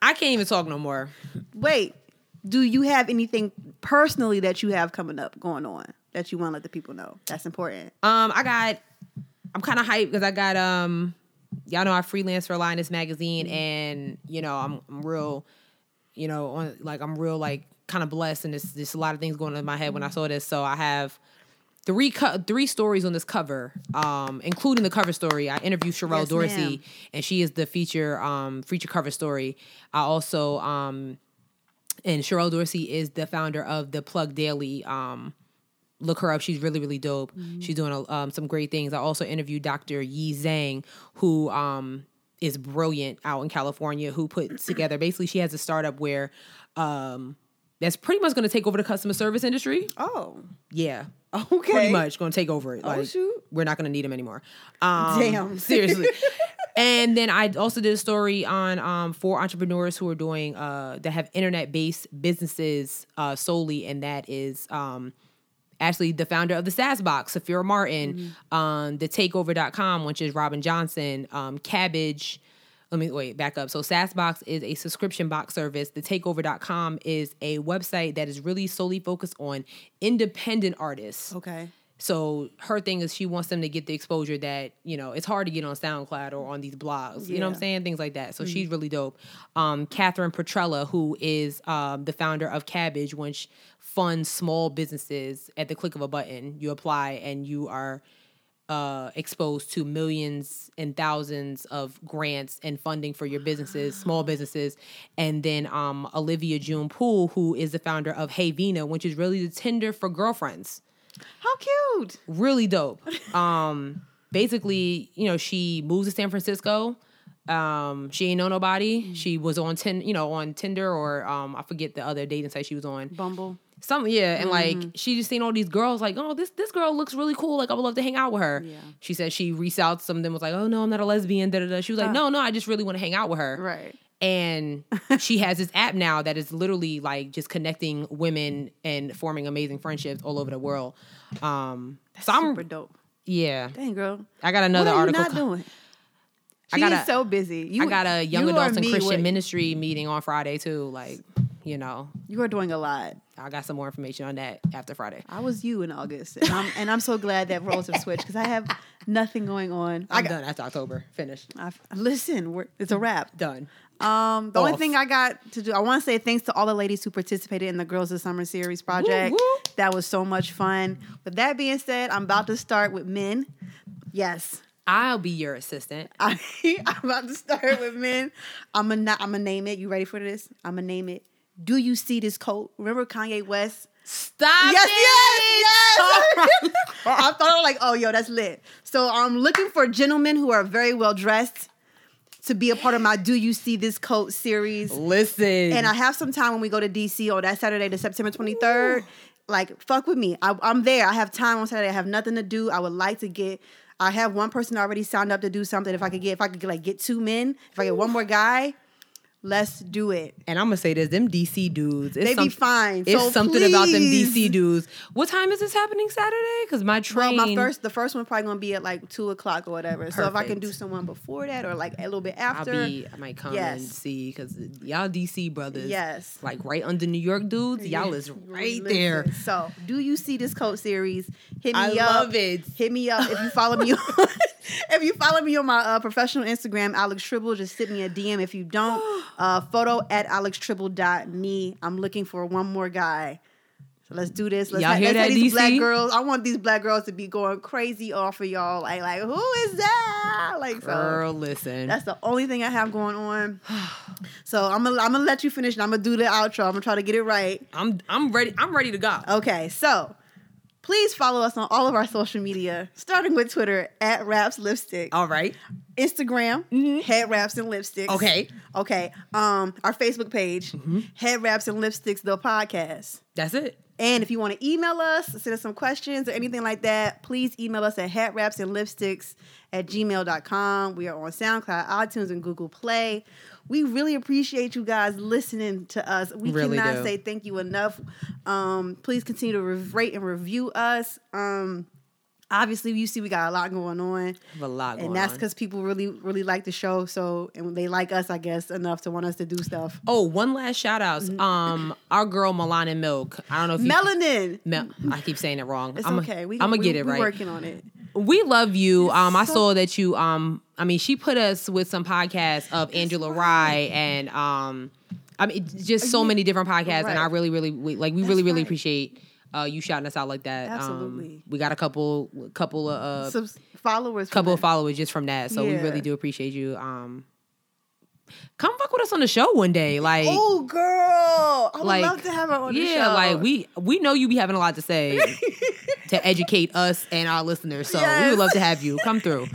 A: I can't even talk no more.
B: Wait. Do you have anything personally that you have coming up going on that you want to let the people know? That's important.
A: Um, I got. I'm kind of hyped because I got um, y'all know I freelance for Linus magazine,
B: Mm-hmm.
A: and you know I'm, I'm real, you know, on like I'm real like kind of blessed, and there's there's a lot of things going on in my head when I
B: Mm-hmm.
A: saw this. So I have three co- three stories on this cover, um, including the cover story. I interviewed Sherelle
B: Yes,
A: Dorsey,
B: ma'am.
A: and she is the feature um feature cover story. I also um, and Sherelle Dorsey is the founder of the Plug Daily um look her up. She's really, really dope. She's doing a, um, some great things. I also interviewed Dr. Yi Zhang, who um, is brilliant out in California, who put together basically, she has a startup where um, that's pretty much going to take over the customer service industry.
B: Oh.
A: Yeah.
B: Okay. Oh,
A: Pretty much going to take over it. Like,
B: shoot.
A: We're not going to need them anymore. Um,
B: Damn. *laughs*
A: Seriously. and then I also did a story on um, four entrepreneurs who are doing uh, that have internet based businesses uh, solely, and that is um, actually the founder of the SaaS box, Safira Martin,
B: Mm-hmm.
A: um, the takeover.com, which is Robin Johnson, um, Cabbage. Let me wait, back up. So SaaSbox is a subscription box service. The takeover.com is a website that is really solely focused on independent artists.
B: Okay.
A: So her thing is she wants them to get the exposure that, you know, it's hard to get on SoundCloud or on these blogs. You know what I'm
B: Yeah.
A: saying? Things like that. So she's really dope. Um, Catherine Petrella, who is um, the founder of Cabbage, which funds small businesses at the click of a button. You apply and you are uh, exposed to millions and thousands of grants and funding for your businesses, small businesses. And then um, Olivia June Poole, who is the founder of Hey Vina, which is really the Tinder for girlfriends
B: How cute.
A: really dope. *laughs* Um, basically, you know, she moves to San Francisco. Um, she ain't know nobody. She was on tin, you know, on Tinder or um, I forget the other dating site she was on.
B: Bumble.
A: Some yeah, and
B: Mm-hmm.
A: like she just seen all these girls like, oh, this this girl looks really cool. Like I would love to hang out with her.
B: Yeah.
A: She said she reached out to some of them was like, oh no, I'm not a lesbian. Da da da. She was like, no, no, I just really want to hang out with her
B: Right. *laughs*
A: and she has this app now that is literally like just connecting women and forming amazing friendships all over the world. Um, so I'm
B: Super dope.
A: yeah,
B: Dang girl.
A: I got another
B: what are
A: article.
B: You not
A: co-
B: doing?
A: I
B: She
A: got
B: is
A: a-
B: so busy. You,
A: I got a young
B: you are
A: adults and
B: me
A: Christian
B: with-
A: ministry meeting on Friday too. Like you know,
B: You are doing a lot.
A: I got some more information on that after Friday.
B: I was you in August, and I'm, and I'm so glad that roles have switched because I have nothing going on. I
A: I'm
B: got.
A: done after October. Finished.
B: I've, listen, we're, it's a wrap.
A: Done.
B: Um, the only
A: Off.
B: thing I got to do, I want to say thanks to all the ladies who participated in the Girls of Summer Series project.
A: Woo, woo.
B: That was so much fun. With that being said, I'm about to start with men. Yes, *laughs*
A: I'll be your assistant.
B: I, I'm about to start with men. I'm gonna I'm gonna name it. You ready for this? I'm gonna name it. Do you see this coat? Remember Kanye West?
A: Stop
B: Yes,
A: it!
B: yes, *laughs* yes. I thought I was like, oh, yo, that's lit. So I'm looking for gentlemen who are very well dressed to be a part of my Do You See This Coat series.
A: Listen.
B: And I have some time when we go to DC on that Saturday, the September 23rd. Like, fuck with me. I, I'm there. I have time on Saturday. I have nothing to do. I would like to get. I have one person already signed up to do something. If I could get, if I could like get two men, if I get one more guy, let's do it.
A: And I'm gonna say this: them DC dudes, it's
B: They be fine.
A: It's
B: So
A: something about them
B: please.
A: DC dudes. What time is this happening Saturday? Because my
B: Well,
A: train.
B: my first, the first one probably gonna be at like two o'clock or whatever. So if I can
A: Perfect.
B: do someone before that or like a little bit
A: I'll
B: after,
A: be. I might come and
B: Yes.
A: see because y'all DC brothers.
B: Yes.
A: Like right under New York dudes, y'all
B: *laughs*
A: is right there.
B: Listen, So, do you see this coat series? Hit me
A: I
B: up.
A: love it.
B: Hit me up if you follow me. on *laughs* If you follow me on my uh, professional Instagram, Alex Tribble, just send me a DM. If you
A: *gasps*
B: don't, uh, photo at alextribble.me. I'm looking for one more guy. So let's do this. Let's,
A: Y'all
B: ha-
A: hear
B: let's have
A: that,
B: these black
A: DC?
B: girls. I want these black girls to be going crazy off of y'all. Like, like who is that? Like, so-
A: Girl, listen.
B: that's the only thing I have going on.
A: *sighs*
B: So I'm gonna I'm gonna let you finish. And I'm gonna do the outro. I'm gonna try to get it right.
A: I'm I'm ready. I'm ready to go.
B: Okay, so please follow us on all of our social media, starting with Twitter at Raps Lipstick,
A: All right.
B: Instagram Head Raps and Lipsticks.
A: Okay.
B: okay. Um, our Facebook page, Head Raps and Lipsticks the podcast.
A: That's it.
B: And if you want to email us, send us some questions or anything like that, please email us at hatrapsandlipsticks at gmail.com. We are on SoundCloud, iTunes, and Google Play. We really appreciate you guys listening to us. We
A: Really
B: cannot
A: do.
B: say thank you enough. Um, please continue to re- rate and review us. Um, obviously, you see we got a lot going on.
A: I have a lot going
B: And that's
A: on.
B: because people really, really like the show. So, and they like us, I guess, enough to want us to do stuff.
A: Oh, one last shout out. Um, our girl Milana Milk. I don't know if you
B: Mm-hmm. Melanin.
A: Mel- I keep saying it wrong.
B: It's
A: I'm
B: okay.
A: I'm gonna get it
B: We're
A: right.
B: working on it.
A: We love you. Um, I
B: so-
A: saw that you. Um, I mean, she put us with some podcasts of Angela Rye and um, I mean, it's just so many different podcasts, and I
B: Right.
A: really, really we, like. We really, really
B: right.
A: appreciate uh, you shouting us out like that. Um,
B: Absolutely.
A: we got a couple, couple of uh,
B: Subs- followers. from
A: couple of
B: that.
A: followers just from that, so we
B: Yeah.
A: really do appreciate you. Um, come fuck with us on the show one day, like.
B: Oh, girl! I would
A: Like,
B: love to have her on the
A: yeah,
B: show.
A: like we we know you be having a lot to say
B: *laughs*
A: to educate us and our listeners. So we
B: Yes.
A: would love to have you come
B: *laughs*
A: through.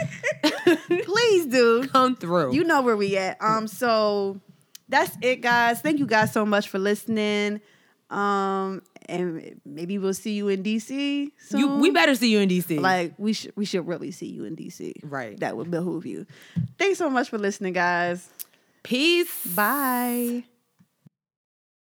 A: *laughs*
B: please do.
A: Come through.
B: You know where we at. Um, so that's it, guys. Thank you guys so much for listening. Um, and maybe we'll see you in DC soon.
A: You, we better see you in DC.
B: like we should we should really see you in DC.
A: Right.
B: That would behoove you. Thanks so much for listening, guys.
A: Peace.
B: Bye.